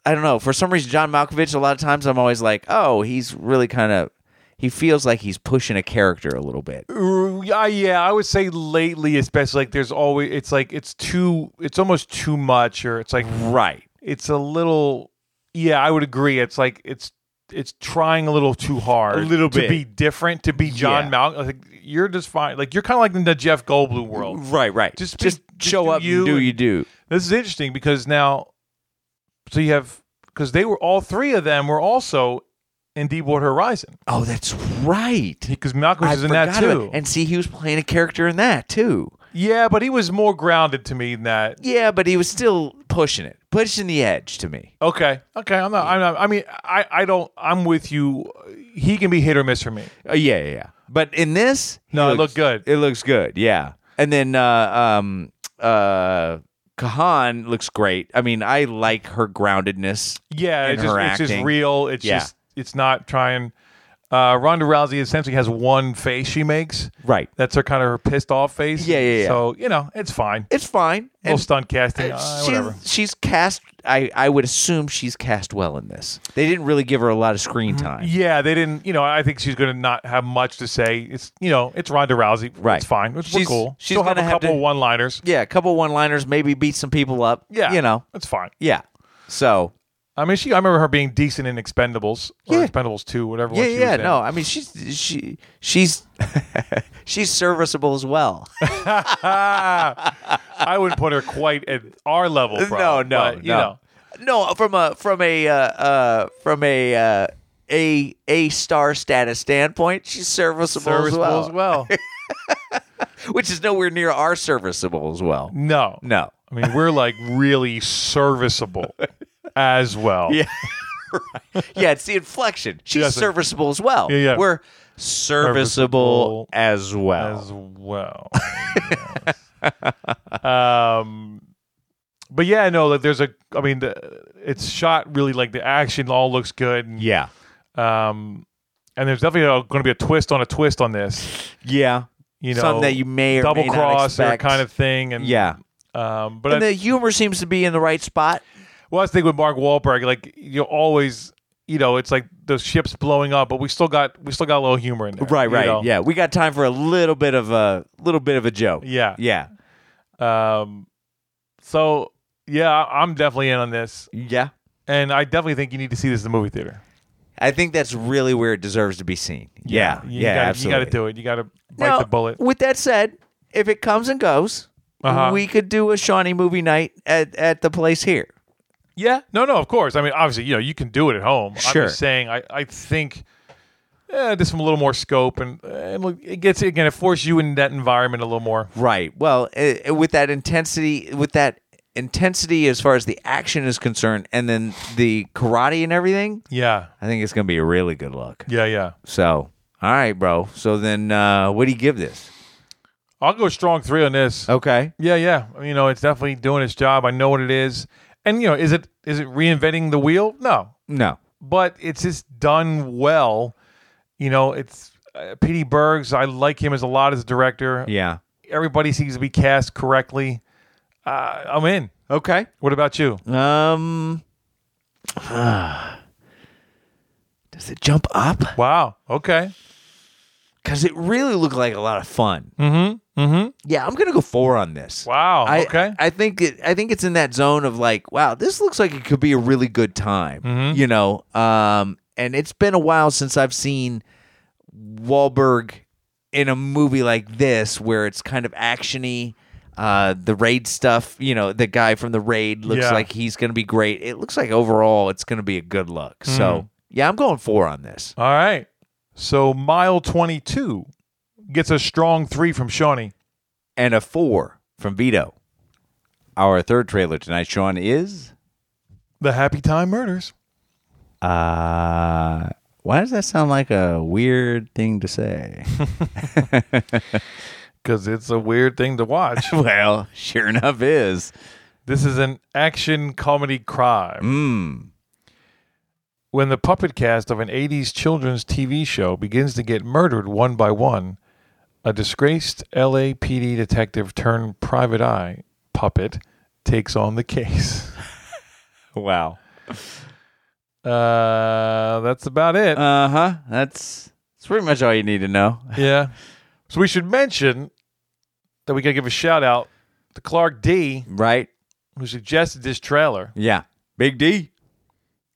Speaker 2: I don't know. For some reason, John Malkovich, a lot of times I'm always like, oh, he's really kind of, he feels like he's pushing a character a little bit.
Speaker 3: Yeah, yeah, I would say lately, especially like there's always it's like it's too it's almost too much, or it's like
Speaker 2: Right.
Speaker 3: it's a little. Yeah, I would agree. It's like it's it's trying a little too hard,
Speaker 2: A little
Speaker 3: to
Speaker 2: bit.
Speaker 3: be different, to be John
Speaker 2: Yeah.
Speaker 3: Malcolm. Like you're just fine. Like you're kind of like in the Jeff Goldblum world.
Speaker 2: Right, right.
Speaker 3: Just
Speaker 2: Just,
Speaker 3: be-
Speaker 2: just,
Speaker 3: just
Speaker 2: show
Speaker 3: do
Speaker 2: up
Speaker 3: you
Speaker 2: and do
Speaker 3: and-
Speaker 2: you do.
Speaker 3: This is interesting because now, so you have because they were all three of them were also in Deepwater Horizon
Speaker 2: Oh, that's right.
Speaker 3: because Malcolm was in that
Speaker 2: forgot about-
Speaker 3: too.
Speaker 2: And see, he was playing a character in that too.
Speaker 3: yeah, but he was more grounded to me than that.
Speaker 2: Yeah, but he was still pushing it, pushing the edge to me.
Speaker 3: Okay. Okay. I'm not. I'm not. I mean, I. I don't. I'm with you. He can be hit or miss for me.
Speaker 2: Uh, yeah, yeah, yeah. But in this, he
Speaker 3: No, it
Speaker 2: looks-
Speaker 3: looked good.
Speaker 2: It looks good. Yeah. And then, uh, um, uh, Kahan looks great. I mean, I like her groundedness.
Speaker 3: Yeah.
Speaker 2: And
Speaker 3: It's just.
Speaker 2: her
Speaker 3: It's just
Speaker 2: acting.
Speaker 3: real. It's
Speaker 2: Yeah.
Speaker 3: just. It's not trying. Uh, Ronda Rousey essentially has one face she makes.
Speaker 2: Right.
Speaker 3: That's her kind of her pissed off face.
Speaker 2: Yeah, yeah, yeah.
Speaker 3: So you know, it's fine.
Speaker 2: It's fine.
Speaker 3: little
Speaker 2: And
Speaker 3: stunt casting. uh, whatever.
Speaker 2: she's, she's cast. I I would assume she's cast well in this. They didn't really give her a lot of screen time.
Speaker 3: Mm, Yeah, they didn't. You know, I think she's going to not have much to say. It's you know, it's Ronda Rousey.
Speaker 2: Right.
Speaker 3: It's fine. It's we're
Speaker 2: She's-
Speaker 3: cool.
Speaker 2: she's
Speaker 3: She'll have a
Speaker 2: gonna have
Speaker 3: couple
Speaker 2: to-
Speaker 3: one-liners.
Speaker 2: Yeah, a couple one-liners, maybe beat some people up.
Speaker 3: Yeah.
Speaker 2: you know.
Speaker 3: it's fine.
Speaker 2: Yeah. So
Speaker 3: I mean, she. I remember her being decent in Expendables or
Speaker 2: Yeah.
Speaker 3: Expendables Two, whatever.
Speaker 2: yeah,
Speaker 3: one she was
Speaker 2: yeah.
Speaker 3: in.
Speaker 2: No, I mean she's she she's she's serviceable as well.
Speaker 3: I wouldn't put her quite at our level. Bro, but, you know,
Speaker 2: no. From a from a uh, uh, from a uh, a a star status standpoint, she's serviceable, as
Speaker 3: serviceable
Speaker 2: well,
Speaker 3: as well.
Speaker 2: which is nowhere near our serviceable as well.
Speaker 3: no,
Speaker 2: No.
Speaker 3: I mean, we're like really serviceable as well.
Speaker 2: Yeah. Yeah, it's the inflection. She's
Speaker 3: Yes, it-
Speaker 2: serviceable as well.
Speaker 3: Yeah, yeah.
Speaker 2: We're serviceable,
Speaker 3: Serviceable
Speaker 2: as well.
Speaker 3: as well. Yes. um, but yeah, no, like there's a. I mean, the, it's shot really like the action all looks good. And,
Speaker 2: yeah.
Speaker 3: Um, and there's definitely going to be a twist on a twist on this.
Speaker 2: Yeah.
Speaker 3: You know,
Speaker 2: Something that you may or
Speaker 3: double
Speaker 2: may not
Speaker 3: cross or
Speaker 2: expect.
Speaker 3: kind of thing. And
Speaker 2: Yeah.
Speaker 3: Um, but I,
Speaker 2: And the humor seems to be in the right spot.
Speaker 3: well, I think with Mark Wahlberg, like you always, you know, it's like the ship's blowing up, but we still got we still got a little humor in there. you know?
Speaker 2: Yeah, we got time for a little bit of a little bit of a joke.
Speaker 3: Yeah.
Speaker 2: Yeah.
Speaker 3: Um, so yeah, I- I'm definitely in on this,
Speaker 2: Yeah.
Speaker 3: and I definitely think you need to see this in the movie theater.
Speaker 2: I think that's really where it deserves to be seen. Yeah.
Speaker 3: you
Speaker 2: yeah,
Speaker 3: gotta,
Speaker 2: absolutely.
Speaker 3: You got to do it. You got to bite
Speaker 2: Now,
Speaker 3: the bullet.
Speaker 2: With that said, if it comes and goes,
Speaker 3: Uh-huh.
Speaker 2: we could do a Shawnee movie night at, at the place here.
Speaker 3: Yeah, no, no, of course. I mean, obviously, you know, you can do it at home. I'm
Speaker 2: Sure.
Speaker 3: just saying, I, I think. eh, just a little more scope, and, and look, it gets again. It forces you in that environment a little more.
Speaker 2: Right. Well, uh, with that intensity, with that intensity as far as the action is concerned, and then the karate and everything,
Speaker 3: Yeah,
Speaker 2: I think it's going to be a really good look.
Speaker 3: yeah, yeah.
Speaker 2: So, all right, bro. So then, uh, what do you give this?
Speaker 3: I'll go strong three on this.
Speaker 2: Okay.
Speaker 3: Yeah, yeah. You know, it's definitely doing its job. I know what it is. and you know, is it is it reinventing the wheel? No,
Speaker 2: No.
Speaker 3: but it's just done well. You know, it's uh, P.D. Bergs. I like him as a lot as a director.
Speaker 2: Yeah.
Speaker 3: Everybody seems to be cast correctly. Uh, I'm in.
Speaker 2: Okay.
Speaker 3: What about you?
Speaker 2: Um. ah. does it jump up?
Speaker 3: Wow. Okay.
Speaker 2: Because it really looked like a lot of fun.
Speaker 3: Mm-hmm. Mm-hmm.
Speaker 2: Yeah, I'm gonna go four on this.
Speaker 3: Wow.
Speaker 2: I,
Speaker 3: Oh, okay.
Speaker 2: I think it, I think it's in that zone of like, wow, this looks like it could be a really good time.
Speaker 3: Mm-hmm.
Speaker 2: You know, um, and it's been a while since I've seen Wahlberg in a movie like this where it's kind of actiony. Uh, the raid stuff, you know, the guy from the raid looks
Speaker 3: Yeah.
Speaker 2: like he's going to be great. It looks like overall it's going to be a good look.
Speaker 3: Mm-hmm.
Speaker 2: So yeah, I'm going four on this.
Speaker 3: All right. So mile 22 gets a strong three from Shawnee.
Speaker 2: and a four from Vito. Our third trailer tonight, Sean, is
Speaker 3: The Happy Time Murders.
Speaker 2: uh why does that sound like a weird thing to say?
Speaker 3: Because it's a weird thing to watch.
Speaker 2: well, sure enough is.
Speaker 3: This is an action comedy crime.
Speaker 2: Mm. Hmm.
Speaker 3: When the puppet cast of an 80s children's TV show begins to get murdered one by one, a disgraced LAPD detective turned private eye puppet takes on the case.
Speaker 2: Wow.
Speaker 3: Uh, that's about it.
Speaker 2: Uh-huh. That's that's pretty much all you need to know.
Speaker 3: yeah. So we should mention that we got to give a shout out to Clark D,
Speaker 2: Right?
Speaker 3: who suggested this trailer.
Speaker 2: Yeah. Big D.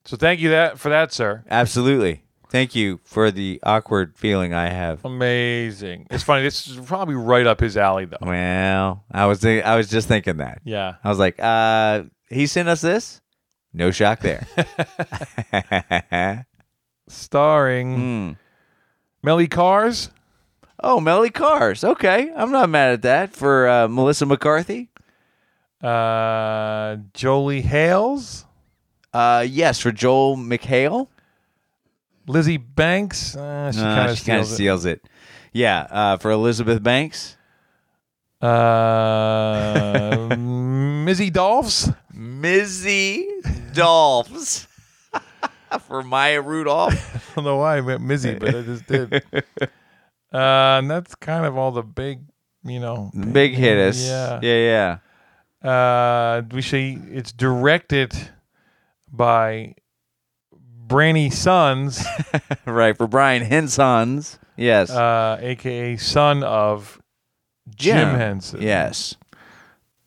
Speaker 3: So thank you that for that, sir.
Speaker 2: Absolutely. Thank you for the awkward feeling I have.
Speaker 3: Amazing. It's funny. This is probably right up his alley, though.
Speaker 2: Well, I was thi- I was just thinking that.
Speaker 3: Yeah.
Speaker 2: I was like, uh, he sent us this? No shock there.
Speaker 3: Starring
Speaker 2: Hmm.
Speaker 3: Melly Cars,
Speaker 2: Oh, Melly Cars. Okay. I'm not mad at that for uh, Melissa McCarthy.
Speaker 3: uh, Jolie Hales,
Speaker 2: Uh, yes, for Joel McHale.
Speaker 3: Lizzie Banks. Uh, she
Speaker 2: Uh,
Speaker 3: kind of
Speaker 2: she kind of
Speaker 3: steals it.
Speaker 2: steals it. Yeah, uh, for Elizabeth Banks.
Speaker 3: Uh, Mizzy Dolphs,
Speaker 2: Mizzy Dolphs. for Maya Rudolph.
Speaker 3: I don't know why I meant Mizzy, but I just did. uh, and that's kind of all the big, you know.
Speaker 2: Big hitters.
Speaker 3: Yeah.
Speaker 2: yeah, yeah.
Speaker 3: Uh, we see it's directed by Branny Sons.
Speaker 2: Right, for Brian Henson's. Yes.
Speaker 3: uh, aka son of Jim
Speaker 2: Yeah.
Speaker 3: Henson.
Speaker 2: Yes.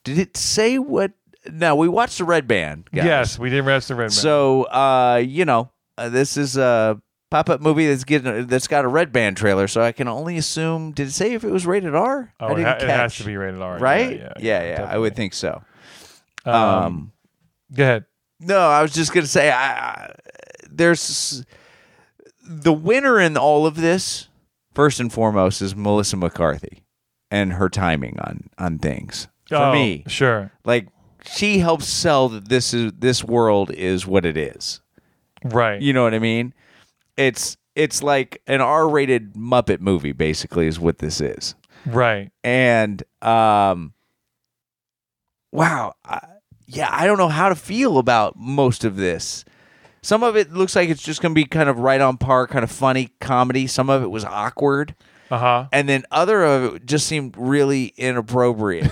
Speaker 2: Did it say what? No, we watched the Red Band. Guys.
Speaker 3: Yes, we did rest the red man.
Speaker 2: So, uh, you know, uh, this is a pop-up movie that's getting that's got a Red Band trailer. So I can only assume. Did it say if it was rated R?
Speaker 3: oh,
Speaker 2: I
Speaker 3: it,
Speaker 2: didn't
Speaker 3: ha- it has
Speaker 2: catch.
Speaker 3: to be rated R,
Speaker 2: right.
Speaker 3: Yeah,
Speaker 2: Yeah,
Speaker 3: yeah,
Speaker 2: yeah. I would think so.
Speaker 3: Um,
Speaker 2: Um,
Speaker 3: go ahead.
Speaker 2: no, I was just gonna say, I, I, there's the winner in all of this. First and foremost is Melissa McCarthy and her timing on on things. For
Speaker 3: Oh,
Speaker 2: me,
Speaker 3: sure.
Speaker 2: like she helps sell that this is this world is what it is.
Speaker 3: Right.
Speaker 2: You know what I mean? It's it's like an R-rated Muppet movie basically is what this is.
Speaker 3: Right.
Speaker 2: And um wow, I, yeah, I don't know how to feel about most of this. Some of it looks like it's just going to be kind of right on par, kind of funny comedy. Some of it was awkward
Speaker 3: Uh huh.
Speaker 2: and then other of it just seemed really inappropriate.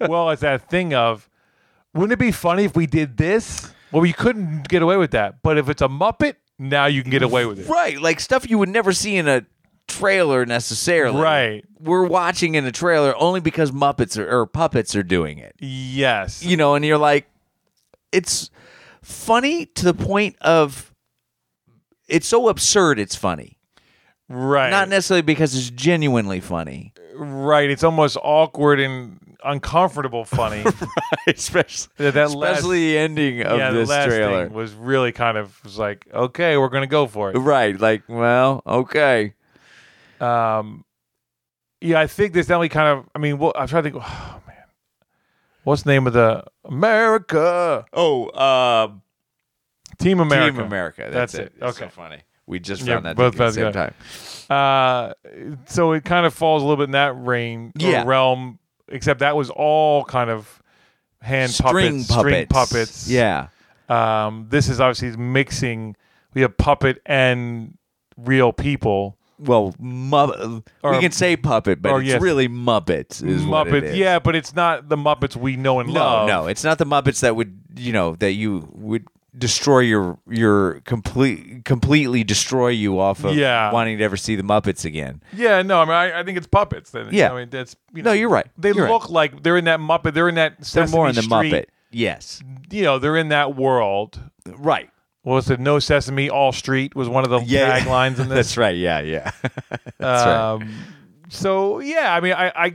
Speaker 3: well, it's that thing of, wouldn't it be funny if we did this? Well, you couldn't get away with that, but if it's a Muppet, now you can get away with it.
Speaker 2: Right, like stuff you would never see in a trailer necessarily.
Speaker 3: Right.
Speaker 2: We're watching in a trailer only because Muppets are, or puppets are doing it.
Speaker 3: Yes.
Speaker 2: You know, and you're like it's funny to the point of it's so absurd it's funny.
Speaker 3: right.
Speaker 2: Not necessarily because it's genuinely funny.
Speaker 3: right. It's almost awkward and uncomfortable funny.
Speaker 2: especially
Speaker 3: that that last-
Speaker 2: especially the ending of
Speaker 3: yeah,
Speaker 2: this
Speaker 3: the last
Speaker 2: trailer.
Speaker 3: thing was really kind of was like, okay, we're gonna go for it.
Speaker 2: Right, like, well, okay.
Speaker 3: Um, yeah, I think this definitely kind of. I mean, well, I'm trying to think. Oh man, what's the name of the America
Speaker 2: Oh, uh,
Speaker 3: Team America?
Speaker 2: Team America.
Speaker 3: That's
Speaker 2: That's,
Speaker 3: it.
Speaker 2: It's
Speaker 3: Okay.
Speaker 2: so funny. We just
Speaker 3: Yeah,
Speaker 2: found that
Speaker 3: both
Speaker 2: both at the
Speaker 3: both
Speaker 2: same
Speaker 3: got it.
Speaker 2: time.
Speaker 3: Uh, so it kind of falls a little bit in that range or
Speaker 2: Yeah.
Speaker 3: realm, except that was all kind of hand puppets,
Speaker 2: String
Speaker 3: string
Speaker 2: puppets.
Speaker 3: puppets.
Speaker 2: Yeah.
Speaker 3: Um, this is obviously mixing. We have puppet and real people.
Speaker 2: Well, mu-
Speaker 3: Or-
Speaker 2: we can say puppet, but
Speaker 3: or
Speaker 2: it's
Speaker 3: yes.
Speaker 2: really Muppets. Is what it
Speaker 3: Muppet.
Speaker 2: is.
Speaker 3: Yeah, but it's not the Muppets we know and
Speaker 2: No,
Speaker 3: love.
Speaker 2: no, it's not the Muppets that would you know that you would destroy your your complete completely destroy you off of
Speaker 3: Yeah.
Speaker 2: wanting to ever see the Muppets again.
Speaker 3: Yeah, no. I mean, I, I think it's puppets. Then.
Speaker 2: Yeah.
Speaker 3: I mean, that's you know,
Speaker 2: No, you're right.
Speaker 3: They
Speaker 2: You're right.
Speaker 3: look like they're in that Muppet. They're in that.
Speaker 2: They're more in the
Speaker 3: Sesame
Speaker 2: Muppet.
Speaker 3: Street-
Speaker 2: Yes,
Speaker 3: You know, they're in that world.
Speaker 2: right.
Speaker 3: What was it? No Sesame, All Street was one of the
Speaker 2: Yeah,
Speaker 3: taglines in this.
Speaker 2: That's right. Yeah, yeah.
Speaker 3: um, So yeah, I mean, I, I,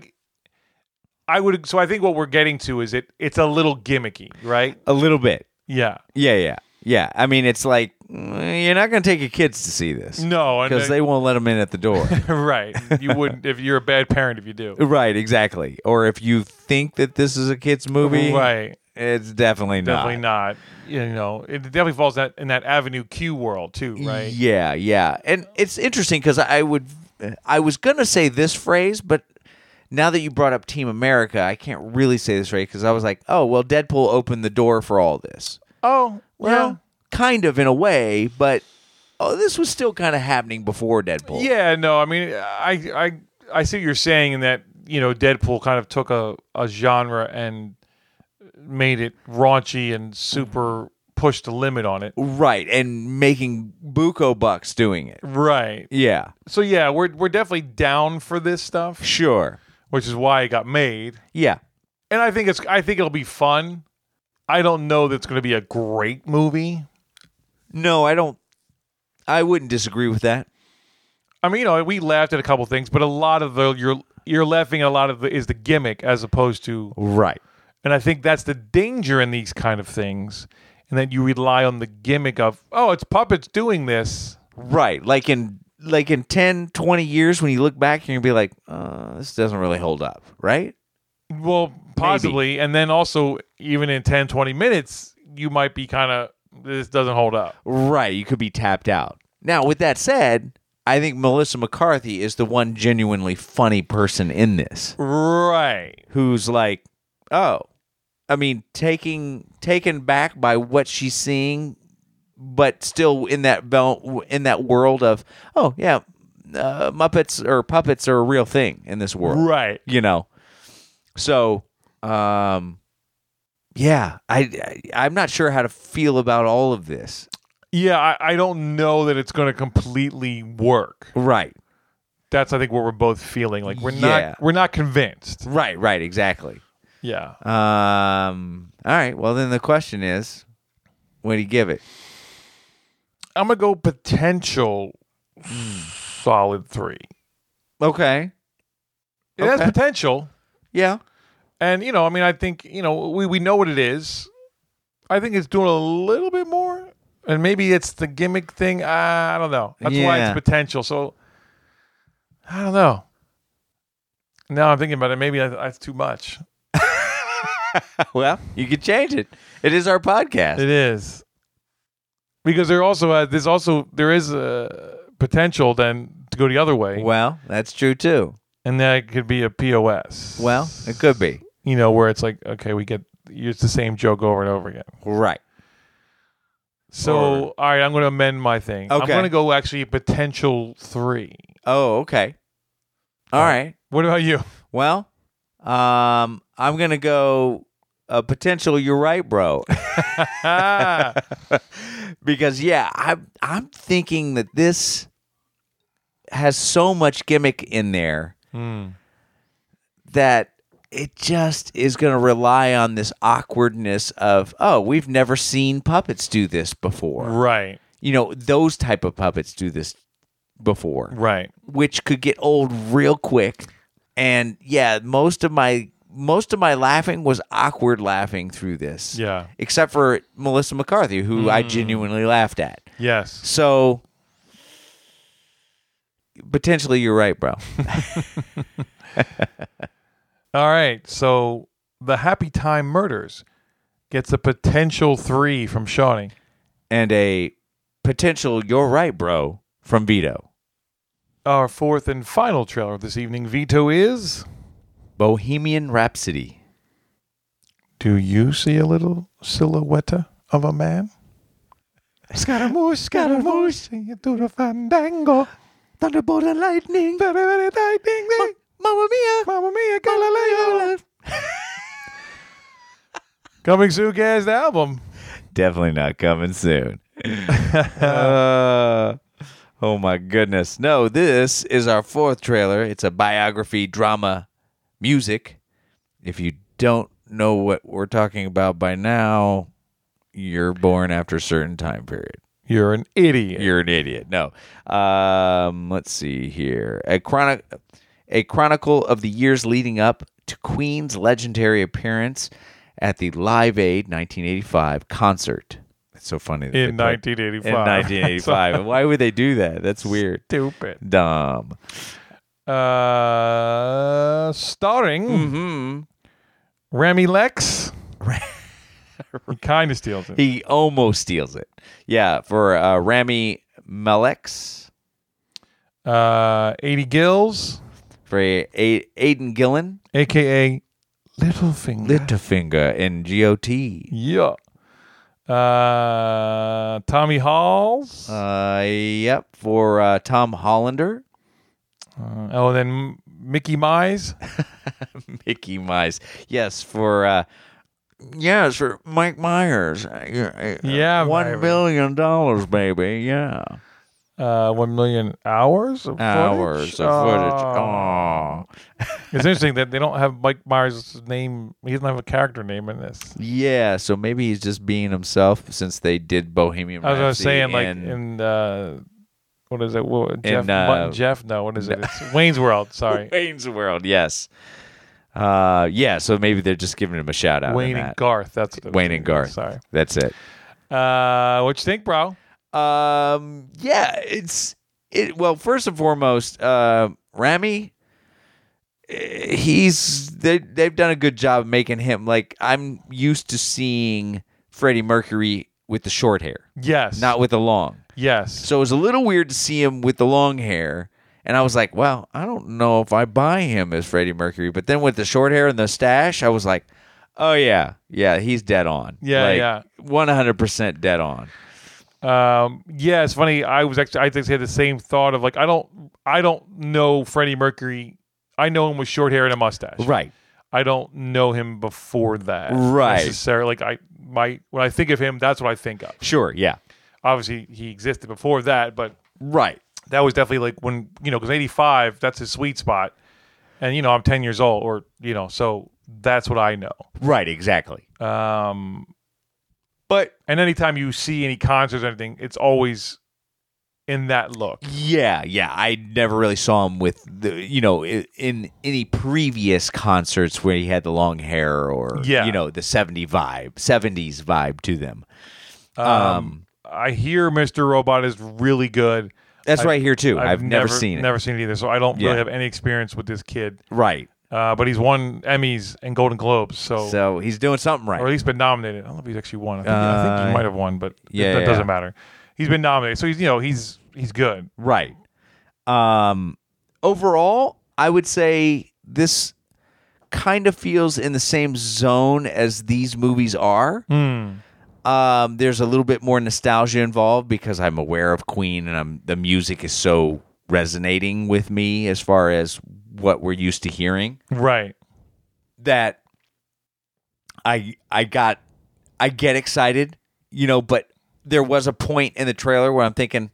Speaker 3: I would. So I think what we're getting to is it. It's a little gimmicky, right?
Speaker 2: A little bit.
Speaker 3: Yeah.
Speaker 2: Yeah, yeah, yeah. I mean, it's like mm, you're not going to take your kids to see this.
Speaker 3: No, and
Speaker 2: because they won't let them in at the door.
Speaker 3: right. You wouldn't if you're a bad parent if you do.
Speaker 2: right. Exactly. Or if you think that this is a kids movie,
Speaker 3: Right.
Speaker 2: It's definitely not.
Speaker 3: Definitely not. You know, it definitely falls that in that Avenue Q world too, right?
Speaker 2: Yeah, yeah. And it's interesting because I would, I was gonna say this phrase, but now that you brought up Team America, I can't really say this phrase because I was like, oh well, Deadpool opened the door for all this.
Speaker 3: Oh,
Speaker 2: Well, kind of in a way, but oh, this was still kind of happening before Deadpool.
Speaker 3: Yeah, no, I mean, I, I, I see what you're saying in that you know Deadpool kind of took a, a genre and made it raunchy and super pushed the limit on it.
Speaker 2: Right, and making Buko bucks doing it.
Speaker 3: Right.
Speaker 2: Yeah,
Speaker 3: So yeah, we're we're definitely down for this stuff,
Speaker 2: sure.
Speaker 3: which is why it got made.
Speaker 2: Yeah,
Speaker 3: And I think it's I think it'll be fun. I don't know that it's going to be a great movie.
Speaker 2: no, I don't. I wouldn't disagree with that.
Speaker 3: I mean, you know, we laughed at a couple things, but a lot of the you're you're laughing at a lot of the is the gimmick as opposed to
Speaker 2: Right.
Speaker 3: And I think that's the danger in these kind of things, and that you rely on the gimmick of, oh, it's puppets doing this.
Speaker 2: Right. Like in like in 10, 20 years when you look back you're going to be like, uh, this doesn't really hold up, right?
Speaker 3: Well, possibly. And then also, even in 10, 20 minutes, you might be kind of, this doesn't hold up.
Speaker 2: Right, you could be tapped out. Now, with that said, I think Melissa McCarthy is the one genuinely funny person in this
Speaker 3: Right.
Speaker 2: who's like, "Oh, I mean, taking taken back by what she's seeing, but still in that vel- in that world of, oh, yeah, uh, Muppets or puppets are a real thing in this world."
Speaker 3: Right.
Speaker 2: you know. So, um, yeah, I, I am not sure how to feel about all of this.
Speaker 3: Yeah, I, I don't know that it's going to completely work.
Speaker 2: Right,
Speaker 3: That's, I think, what we're both feeling. Like, we're
Speaker 2: Yeah.
Speaker 3: not, we're not convinced.
Speaker 2: right, right, exactly.
Speaker 3: Yeah.
Speaker 2: Um, all right. Well, then the question is, what do you give it?
Speaker 3: I'm going to go potential solid three.
Speaker 2: Okay.
Speaker 3: It has
Speaker 2: Okay.
Speaker 3: potential.
Speaker 2: Yeah.
Speaker 3: And you know, I mean, I think you know we we know what it is. I think it's doing a little bit more, and maybe it's the gimmick thing. I don't know. That's why
Speaker 2: Yeah.
Speaker 3: it's potential. So I don't know. Now I'm thinking about it. Maybe I, that's too much.
Speaker 2: well, you could change it. It is our podcast.
Speaker 3: It is because there also uh, there's also there is a potential then to go the other way,
Speaker 2: Well, that's true too.
Speaker 3: and that could be a POS.
Speaker 2: Well, it could be.
Speaker 3: you know, where it's like, okay, we get it's the same joke over and over again.
Speaker 2: Right.
Speaker 3: So
Speaker 2: Or-
Speaker 3: all right, I'm going to amend my thing. I'm
Speaker 2: Okay.
Speaker 3: going to go actually potential three.
Speaker 2: Oh, okay. All right.
Speaker 3: What about you?
Speaker 2: Well, um, I'm gonna go a potential. You're right, bro.
Speaker 3: Ah,
Speaker 2: because yeah, I'm I'm thinking that this has so much gimmick in there
Speaker 3: Hmm.
Speaker 2: that it just is gonna rely on this awkwardness of oh, we've never seen puppets do this before.
Speaker 3: right,
Speaker 2: You know, those type of puppets do this before
Speaker 3: right,
Speaker 2: which could get old real quick. And yeah, most of my most of my laughing was awkward laughing through this.
Speaker 3: Yeah.
Speaker 2: Except for Melissa McCarthy, who I genuinely laughed at.
Speaker 3: yes.
Speaker 2: So potentially you're right, bro.
Speaker 3: All right. So the Happy Time Murders gets a potential three from Shawnee.
Speaker 2: and a potential you're right, bro from Vito.
Speaker 3: Our fourth and final trailer this evening, Veto is
Speaker 2: Bohemian Rhapsody.
Speaker 3: Do you see a little silhouette of a man? Scaramouche, Scaramouche, you do the fandango. Thunderbolt and lightning. Thunderbolt and lightning. Mamma mia. Mamma mia, Galileo. Coming soon, guys, the album.
Speaker 2: Definitely not coming soon. Uh, oh my goodness. No, this is our fourth trailer. It's a biography, drama, music. If you don't know what we're talking about by now, you're born after a certain time period.
Speaker 3: You're an idiot.
Speaker 2: You're an idiot. No. Um, let's see here. A chronic a chronicle of the years leading up to Queen's legendary appearance at the Live Aid 1985 concert. It's so funny. that
Speaker 3: In
Speaker 2: they
Speaker 3: 1985.
Speaker 2: put- In 1985. Why would they do that? That's weird.
Speaker 3: Stupid.
Speaker 2: Dumb.
Speaker 3: Uh, starring
Speaker 2: Mm-hmm.
Speaker 3: Remy Lex. he kind of steals it.
Speaker 2: He almost steals it. Yeah, for uh, Rami Malek's
Speaker 3: Uh, 80 Gills,
Speaker 2: for a- a- Aiden Gillen,
Speaker 3: aka Littlefinger.
Speaker 2: Littlefinger in GOT.
Speaker 3: yeah. Uh, Tommy Halls.
Speaker 2: Uh, yep, for uh, Tom Hollander,
Speaker 3: oh, and then Mickey Mize.
Speaker 2: Mickey Mice. Yes, for uh, yes for Mike Myers. Uh, yeah, uh,
Speaker 3: Yeah,
Speaker 2: one
Speaker 3: baby.
Speaker 2: billion dollars, baby. Yeah,
Speaker 3: Uh, one million hours of
Speaker 2: hours
Speaker 3: footage.
Speaker 2: of footage.
Speaker 3: Oh.
Speaker 2: Oh,
Speaker 3: It's interesting that they don't have Mike Myers' name. He doesn't have a character name in this.
Speaker 2: yeah. So maybe he's just being himself since they did Bohemian.
Speaker 3: I was, I was
Speaker 2: Rhapsody
Speaker 3: saying, like
Speaker 2: and-
Speaker 3: in uh, what is it? What, Jeff,
Speaker 2: uh,
Speaker 3: Mutton Jeff? No, what is it? It's Wayne's World. Sorry,
Speaker 2: Wayne's World, yes. Uh, yeah, so maybe they're just giving him a shout out.
Speaker 3: Wayne
Speaker 2: on
Speaker 3: and
Speaker 2: that.
Speaker 3: Garth. That's what it was.
Speaker 2: Wayne and Garth.
Speaker 3: Sorry.
Speaker 2: That's it.
Speaker 3: Uh, what you think, bro?
Speaker 2: Um, yeah, it's it. Well, first and foremost, uh, Rami, eh, he's they they've done a good job of making him like I'm used to seeing Freddie Mercury with the short hair,
Speaker 3: Yes.
Speaker 2: not with the long.
Speaker 3: yes.
Speaker 2: So it was a little weird to see him with the long hair. And I was like, well, I don't know if I buy him as Freddie Mercury. But then with the short hair and the stash, I was like, oh, yeah, yeah, he's dead on.
Speaker 3: Yeah,
Speaker 2: Like,
Speaker 3: yeah.
Speaker 2: 100% dead on.
Speaker 3: Um, yeah, it's funny. I was actually I think had the same thought of like I don't I don't know Freddie Mercury. I know him with short hair and a mustache.
Speaker 2: Right.
Speaker 3: I don't know him before that.
Speaker 2: Right.
Speaker 3: Necessarily. Like I my when I think of him, that's what I think of.
Speaker 2: Sure. Yeah.
Speaker 3: Obviously, he existed before that, but
Speaker 2: Right.
Speaker 3: that was definitely like when you know because 85 that's his sweet spot and you know i'm 10 years old or you know so that's what i know
Speaker 2: Right. Exactly.
Speaker 3: um
Speaker 2: But
Speaker 3: and anytime you see any concerts or anything it's always in that look
Speaker 2: yeah, yeah, I never really saw him with the, you know, i- in any previous concerts where he had the long hair or,
Speaker 3: Yeah.
Speaker 2: you know, the 70 vibe, 70s vibe to them. Um,
Speaker 3: i hear mr robot is really good
Speaker 2: that's
Speaker 3: I've-
Speaker 2: right here, too. I've, never, seen it.
Speaker 3: never seen it either so i don't
Speaker 2: Yeah.
Speaker 3: really have any experience with this kid
Speaker 2: Right.
Speaker 3: uh, but he's won emmys and golden globes so,
Speaker 2: So he's doing something right.
Speaker 3: or at least been nominated i don't know if he's actually won i think, I think
Speaker 2: Uh,
Speaker 3: he might have won but
Speaker 2: yeah,
Speaker 3: that
Speaker 2: yeah, yeah.
Speaker 3: doesn't matter he's been nominated so he's you know he's he's good
Speaker 2: right. Um overall, I would say this kind of feels in the same zone as these movies are. Um there's a little bit more nostalgia involved because I'm aware of Queen and I'm the music is so resonating with me as far as what we're used to hearing.
Speaker 3: Right.
Speaker 2: that I I got I get excited, you know, but there was a point in the trailer where I'm thinking,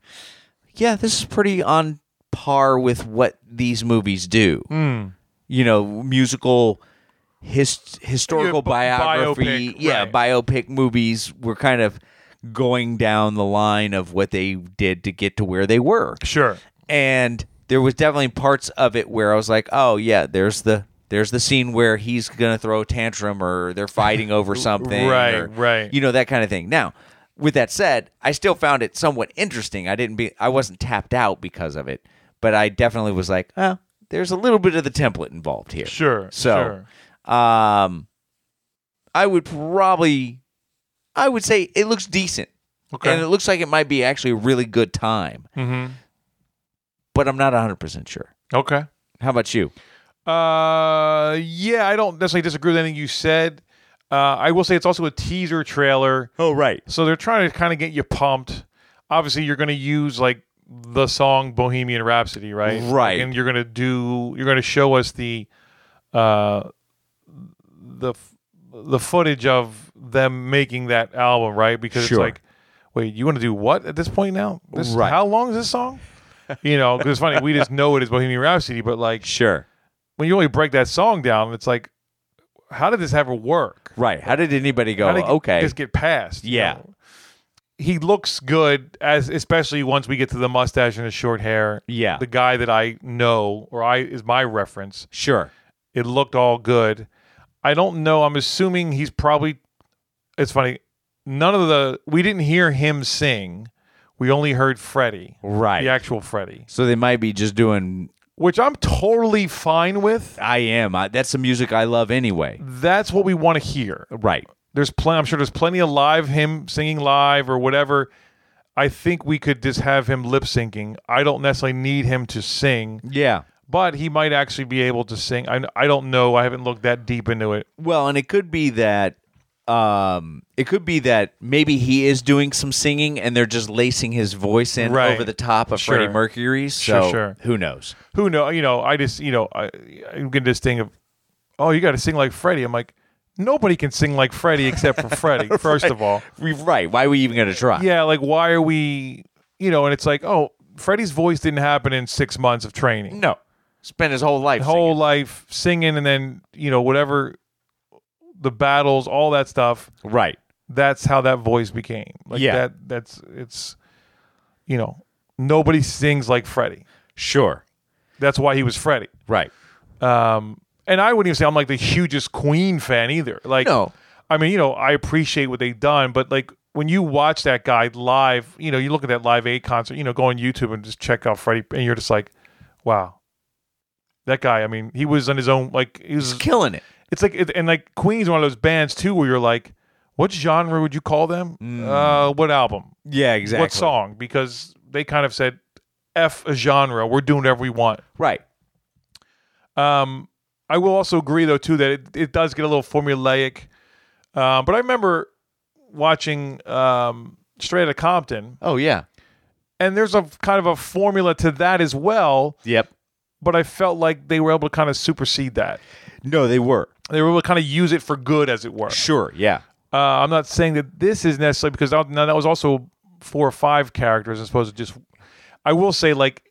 Speaker 2: yeah, this is pretty on par with what these movies do.
Speaker 3: Hmm.
Speaker 2: You know, musical his, historical
Speaker 3: Yeah, bi-
Speaker 2: biography,
Speaker 3: biopic,
Speaker 2: yeah,
Speaker 3: right.
Speaker 2: biopic movies were kind of going down the line of what they did to get to where they were
Speaker 3: Sure.
Speaker 2: and there was definitely parts of it where I was like, "Oh yeah, there's the there's the scene where he's gonna throw a tantrum or they're fighting over something,
Speaker 3: Right,
Speaker 2: or,
Speaker 3: right.
Speaker 2: You know that kind of thing." Now, with that said, I still found it somewhat interesting. I didn't be I wasn't tapped out because of it, but I definitely was like, "Oh, there's a little bit of the template involved here."
Speaker 3: Sure.
Speaker 2: So, um, I would probably, I would say it looks decent,
Speaker 3: Okay.
Speaker 2: and it looks like it might be actually a really good time
Speaker 3: sure. Mm-hmm.
Speaker 2: but I'm not 100% sure.
Speaker 3: Okay.
Speaker 2: How about you?
Speaker 3: Uh, yeah, I don't necessarily disagree with anything you said. Uh, I will say it's also a teaser trailer.
Speaker 4: Oh, right.
Speaker 3: So they're trying to kind of get you pumped. Obviously, you're going to use like the song Bohemian Rhapsody, right?
Speaker 4: Right.
Speaker 3: And you're going to do you're going to show us the uh the f- the footage of them making that album, right? Because
Speaker 2: Sure.
Speaker 3: it's like wait, you want to do what at this point now? This,
Speaker 2: Right.
Speaker 3: How long is this song? You know, 'cause it's funny. We just know it is Bohemian Rhapsody, but like
Speaker 2: Sure.
Speaker 3: when you only break that song down, it's like, how did this ever work?
Speaker 2: Right. How did anybody go?
Speaker 3: How did it
Speaker 2: okay.
Speaker 3: just get past. you
Speaker 2: Yeah.
Speaker 3: know? He looks good as especially once we get to the mustache and the short hair.
Speaker 2: Yeah.
Speaker 3: The guy that I know or I is my reference.
Speaker 2: sure.
Speaker 3: It looked all good. I don't know. I'm assuming he's probably it's funny. None of the we didn't hear him sing. We only heard Freddie.
Speaker 2: Right.
Speaker 3: The actual Freddie.
Speaker 2: So they might be just doing.
Speaker 3: Which I'm totally fine with.
Speaker 2: I am. I, that's the music I love anyway.
Speaker 3: That's what we want to hear.
Speaker 2: Right.
Speaker 3: there's plenty. I'm sure there's plenty of live him singing live or whatever. I think we could just have him lip syncing. I don't necessarily need him to sing,
Speaker 2: Yeah.
Speaker 3: but he might actually be able to sing. I, I don't know. I haven't looked that deep into it.
Speaker 2: Well, and it could be that. Um, it could be that maybe he is doing some singing and they're just lacing his voice in
Speaker 3: Right.
Speaker 2: over the top of
Speaker 3: Sure.
Speaker 2: Freddie Mercury's.
Speaker 3: Sure,
Speaker 2: So
Speaker 3: sure.
Speaker 2: who knows?
Speaker 3: Who know? You know, I just you know I, I'm getting this thing of, oh, you got to sing like Freddie. I'm like, nobody can sing like Freddie except for Freddie. First of all,
Speaker 2: We- Right. Why are we even going to try?
Speaker 3: yeah, like why are we? You know, and it's like, oh, Freddie's voice didn't happen in six months of training.
Speaker 2: No. Spend his whole life.
Speaker 3: whole life singing and then you know whatever the battles all that stuff
Speaker 2: singing. Right.
Speaker 3: that's how that voice became like
Speaker 2: Yeah.
Speaker 3: that that's it's you know nobody sings like freddie
Speaker 2: Sure.
Speaker 3: that's why he was freddie
Speaker 2: Right.
Speaker 3: um and i wouldn't even say i'm like the hugest queen fan either like
Speaker 2: No.
Speaker 3: i mean you know i appreciate what they've done but like when you watch that guy live you know you look at that live aid concert you know go on youtube and just check out freddie and you're just like wow that guy i mean he was on his own like he was
Speaker 2: He's killing it.
Speaker 3: it's like it, and like Queen's one of those bands too where you're like, what genre would you call them? Uh, what album?
Speaker 2: Yeah, exactly.
Speaker 3: What song? Because they kind of said, "F a genre. We're doing whatever we want."
Speaker 2: Right.
Speaker 3: Um, I will also agree though too that it, it does get a little formulaic. Um, but I remember watching um, Straight Outta Compton,
Speaker 2: Oh yeah.
Speaker 3: and there's a kind of a formula to that as well.
Speaker 2: Yep.
Speaker 3: But I felt like they were able to kind of supersede that.
Speaker 2: No, they were.
Speaker 3: They were able to kind of use it for good, as it were.
Speaker 2: Sure. Yeah.
Speaker 3: Uh, I'm not saying that this is necessarily because that, now that was also four or five characters as opposed to just. I will say like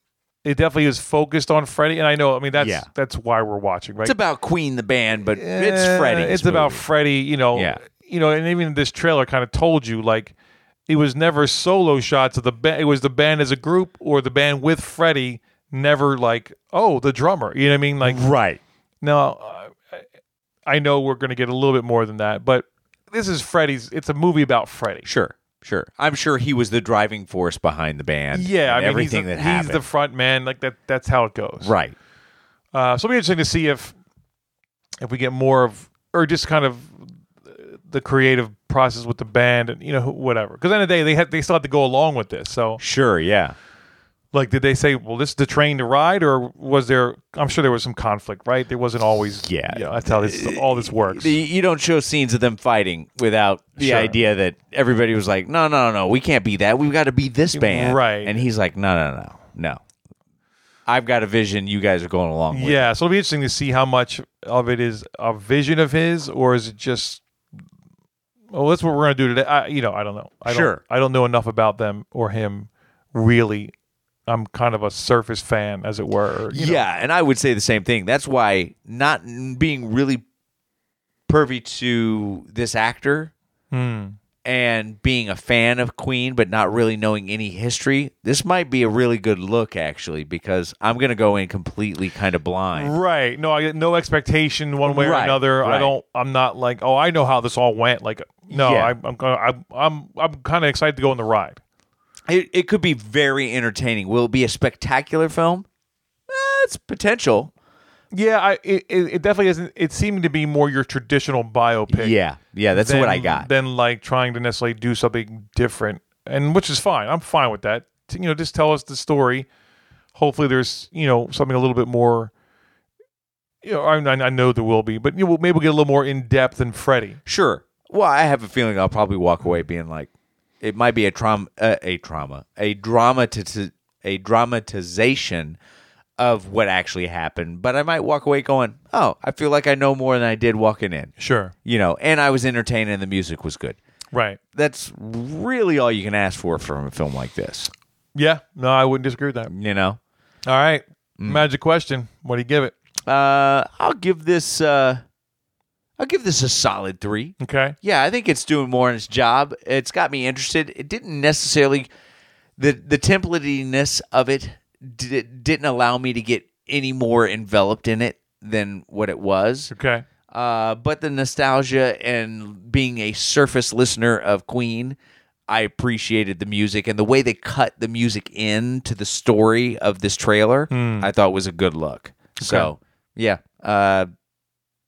Speaker 3: it definitely is focused on Freddy, and I know I mean that's
Speaker 2: Yeah.
Speaker 3: that's why we're watching, right?
Speaker 2: It's about Queen the band, but it's
Speaker 3: Eh,
Speaker 2: Freddie.
Speaker 3: It's about Freddy, you know.
Speaker 2: Yeah.
Speaker 3: You know, and even this trailer kind of told you like it was never solo shots of the band. It was the band as a group or the band with Freddy. Never like oh the drummer. You know what I mean? Like
Speaker 2: right.
Speaker 3: now, uh, I know we're going to get a little bit more than that, but this is Freddy's. It's a movie about Freddy.
Speaker 2: Sure. Sure. I'm sure he was the driving force behind the band.
Speaker 3: Yeah,
Speaker 2: and
Speaker 3: I mean,
Speaker 2: everything
Speaker 3: he's the,
Speaker 2: that happened.
Speaker 3: he's the front man. Like that. That's how it goes.
Speaker 2: right.
Speaker 3: Uh, so it'll be interesting to see if if we get more of, or just kind of the creative process with the band and you know who- whatever. Because at the end of the day, they had they still had to go along with this. So
Speaker 2: Sure. Yeah.
Speaker 3: like, did they say, well, this is the train to ride, or was there? I'm sure there was some conflict, right? There wasn't always.
Speaker 2: Yeah.
Speaker 3: you know, that's how this all this works.
Speaker 2: The- you don't show scenes of them fighting without the
Speaker 3: Sure.
Speaker 2: idea that everybody was like, no, no, no, no, we can't be that. We've got to be this band.
Speaker 3: Right.
Speaker 2: And he's like, no, no, no, no. I've got a vision. You guys are going along with
Speaker 3: Yeah, so it'll be interesting to see how much of it is a vision of his, or is it just? Well, that's what we're gonna do today. I, you know, I don't know. I don't,
Speaker 2: Sure.
Speaker 3: I don't know enough about them or him. Really, I'm kind of a surface fan, as it were. or, you know.
Speaker 2: yeah, and I would say the same thing. That's why not n- being really pervy to this actor
Speaker 3: Hmm.
Speaker 2: and being a fan of Queen, but not really knowing any history, this might be a really good look actually because I'm going to go in completely kind of blind.
Speaker 3: Right. No, I get no expectation one way or
Speaker 2: Right,
Speaker 3: another. I
Speaker 2: right.
Speaker 3: don't. I'm not like, oh, I know how this all went. Like, no,
Speaker 2: Yeah.
Speaker 3: I, I'm gonna. I'm. I'm. I'm kind of excited to go on the ride.
Speaker 2: It, it could be very entertaining. Will it be a spectacular film? Eh, it's potential.
Speaker 3: Yeah, I. It, it, it definitely isn't. It seemed to be more your traditional biopic.
Speaker 2: Yeah, yeah, that's
Speaker 3: than-
Speaker 2: what I got.
Speaker 3: Than like trying to necessarily do something different, and which is fine. I'm fine with that. T- You know, just tell us the story. Hopefully, there's you know something a little bit more you know, I, I know there will be, but you know, maybe we'll get a little more in depth than Freddy.
Speaker 2: Sure. Well, I have a feeling I'll probably walk away being like, it might be a trauma, uh, a trauma, a dramatiz- a dramatization of what actually happened. But I might walk away going, oh, I feel like I know more than I did walking in.
Speaker 3: Sure.
Speaker 2: You know, and I was entertained and the music was good.
Speaker 3: Right.
Speaker 2: That's really all you can ask for from a film like this.
Speaker 3: Yeah. No, I wouldn't disagree with that.
Speaker 2: You know,
Speaker 3: All right.
Speaker 2: Mm.
Speaker 3: Magic question. What do you give it?
Speaker 2: uh, I'll give this, uh, I'll give this a solid three.
Speaker 3: Okay.
Speaker 2: Yeah, I think it's doing more in its job. It's got me interested. It didn't necessarily the the templatiness of it did, didn't allow me to get any more enveloped in it than what it was.
Speaker 3: Okay.
Speaker 2: Uh, but the nostalgia and being a surface listener of Queen, I appreciated the music and the way they cut the music in to the story of this trailer. I thought was a good look. So yeah, uh,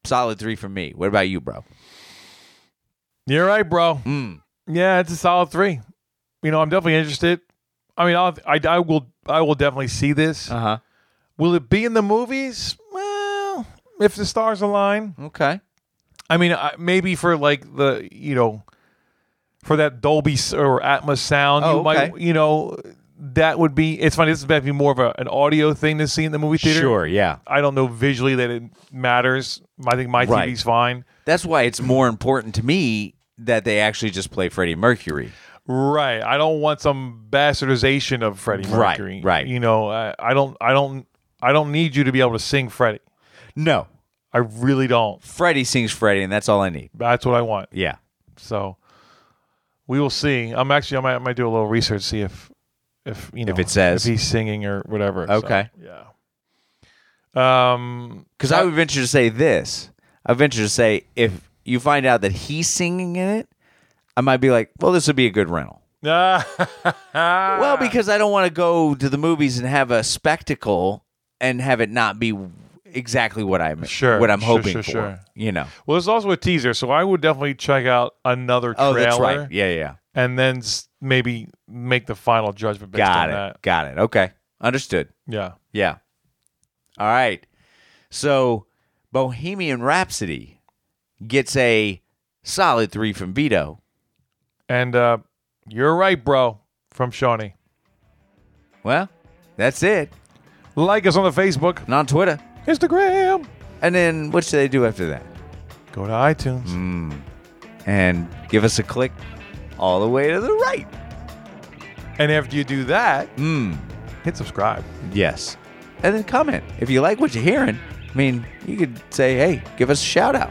Speaker 2: solid three from me. What about you, bro?
Speaker 3: You're right, bro.
Speaker 2: Mm.
Speaker 3: Yeah, it's a solid three. You know, I'm definitely interested. I mean, I'll, I I will I will definitely see this.
Speaker 2: Uh huh.
Speaker 3: Will it be in the movies? Well, if the stars align.
Speaker 2: Okay.
Speaker 3: I mean, I, maybe for like the you know, for that Dolby s- or Atmos sound,
Speaker 2: Oh,
Speaker 3: you might
Speaker 2: okay.
Speaker 3: you know that would be. It's funny. This is about to be more of a, an audio thing to see in the movie theater.
Speaker 2: Sure, yeah.
Speaker 3: I don't know visually that it matters. I think my
Speaker 2: Right.
Speaker 3: TV's fine.
Speaker 2: That's why it's more important to me that they actually just play Freddie Mercury.
Speaker 3: Right. I don't want some bastardization of Freddie
Speaker 2: Right,
Speaker 3: Mercury.
Speaker 2: right.
Speaker 3: You know, I, I don't I don't I don't need you to be able to sing Freddie.
Speaker 2: No.
Speaker 3: I really don't.
Speaker 2: Freddie sings Freddie, and that's all I need.
Speaker 3: That's what I want.
Speaker 2: Yeah.
Speaker 3: So we will see. I'm actually I might, I might do a little research see if if you know
Speaker 2: it says.
Speaker 3: if he's singing or whatever. So,
Speaker 2: Okay.
Speaker 3: yeah. Um
Speaker 2: Because I would venture to say this. I venture to say if you find out that he's singing in it, I might be like, well, this would be a good rental.
Speaker 3: Ah.
Speaker 2: Well, because I don't want to go to the movies and have a spectacle and have it not be exactly what I'm
Speaker 3: Sure,
Speaker 2: what I'm
Speaker 3: sure,
Speaker 2: hoping
Speaker 3: sure,
Speaker 2: for.
Speaker 3: sure.
Speaker 2: You know.
Speaker 3: well, it's also a teaser, so I would definitely check out another
Speaker 2: Oh,
Speaker 3: trailer
Speaker 2: that's right. Yeah, yeah.
Speaker 3: and then s- maybe make the final judgment based on
Speaker 2: Got it.
Speaker 3: that.
Speaker 2: Got it. Okay. Understood.
Speaker 3: Yeah.
Speaker 2: Yeah. All right. So Bohemian Rhapsody gets a solid three from Vito.
Speaker 3: And uh, you're right, bro, from Shawnee.
Speaker 2: Well, that's it.
Speaker 3: Like us on the Facebook,
Speaker 2: And on Twitter.
Speaker 3: Instagram.
Speaker 2: And then what should they do after that?
Speaker 3: Go to iTunes.
Speaker 2: Mm. And give us a click all the way to the right.
Speaker 3: And after you do that,
Speaker 2: Mm.
Speaker 3: hit subscribe.
Speaker 2: Yes. And then comment. If you like what you're hearing, I mean, you could say, hey, give us a shout out.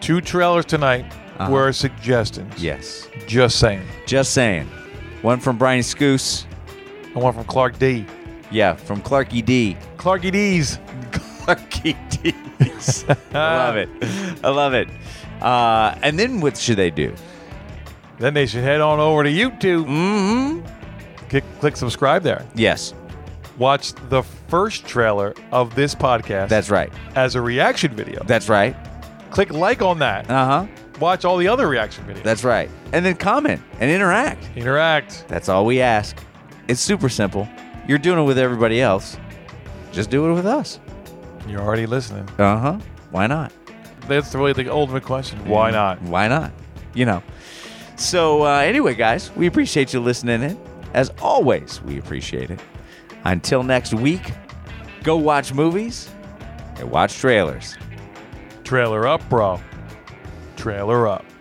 Speaker 3: Two trailers tonight
Speaker 2: Uh-huh.
Speaker 3: were suggestions.
Speaker 2: Yes.
Speaker 3: Just saying.
Speaker 2: Just saying. One from Brian Scoose.
Speaker 3: I one from Clark D.
Speaker 2: Yeah, from Clarky D.
Speaker 3: Clarky D's.
Speaker 2: Clarky D's. I love it. I love it. Uh, and then what should they do?
Speaker 3: Then they should head on over to YouTube. Mm-hmm.
Speaker 2: Mm.
Speaker 3: Click, click subscribe there.
Speaker 2: Yes,
Speaker 3: Watch the first trailer of this podcast
Speaker 2: that's right.
Speaker 3: as a reaction video.
Speaker 2: That's right.
Speaker 3: click like on that.
Speaker 2: Uh huh.
Speaker 3: Watch all the other reaction videos.
Speaker 2: That's right. And then comment and interact.
Speaker 3: Interact.
Speaker 2: That's all we ask. It's super simple. You're doing it with everybody else. Just do it with us.
Speaker 3: You're already listening.
Speaker 2: Uh huh. Why not?
Speaker 3: That's the really the ultimate
Speaker 2: Mm.
Speaker 3: question. Why not?
Speaker 2: Why not? You know. So, uh, anyway, guys, we appreciate you listening in. As always, we appreciate it. Until next week, go watch movies and watch trailers.
Speaker 3: Trailer up, bro. Trailer up.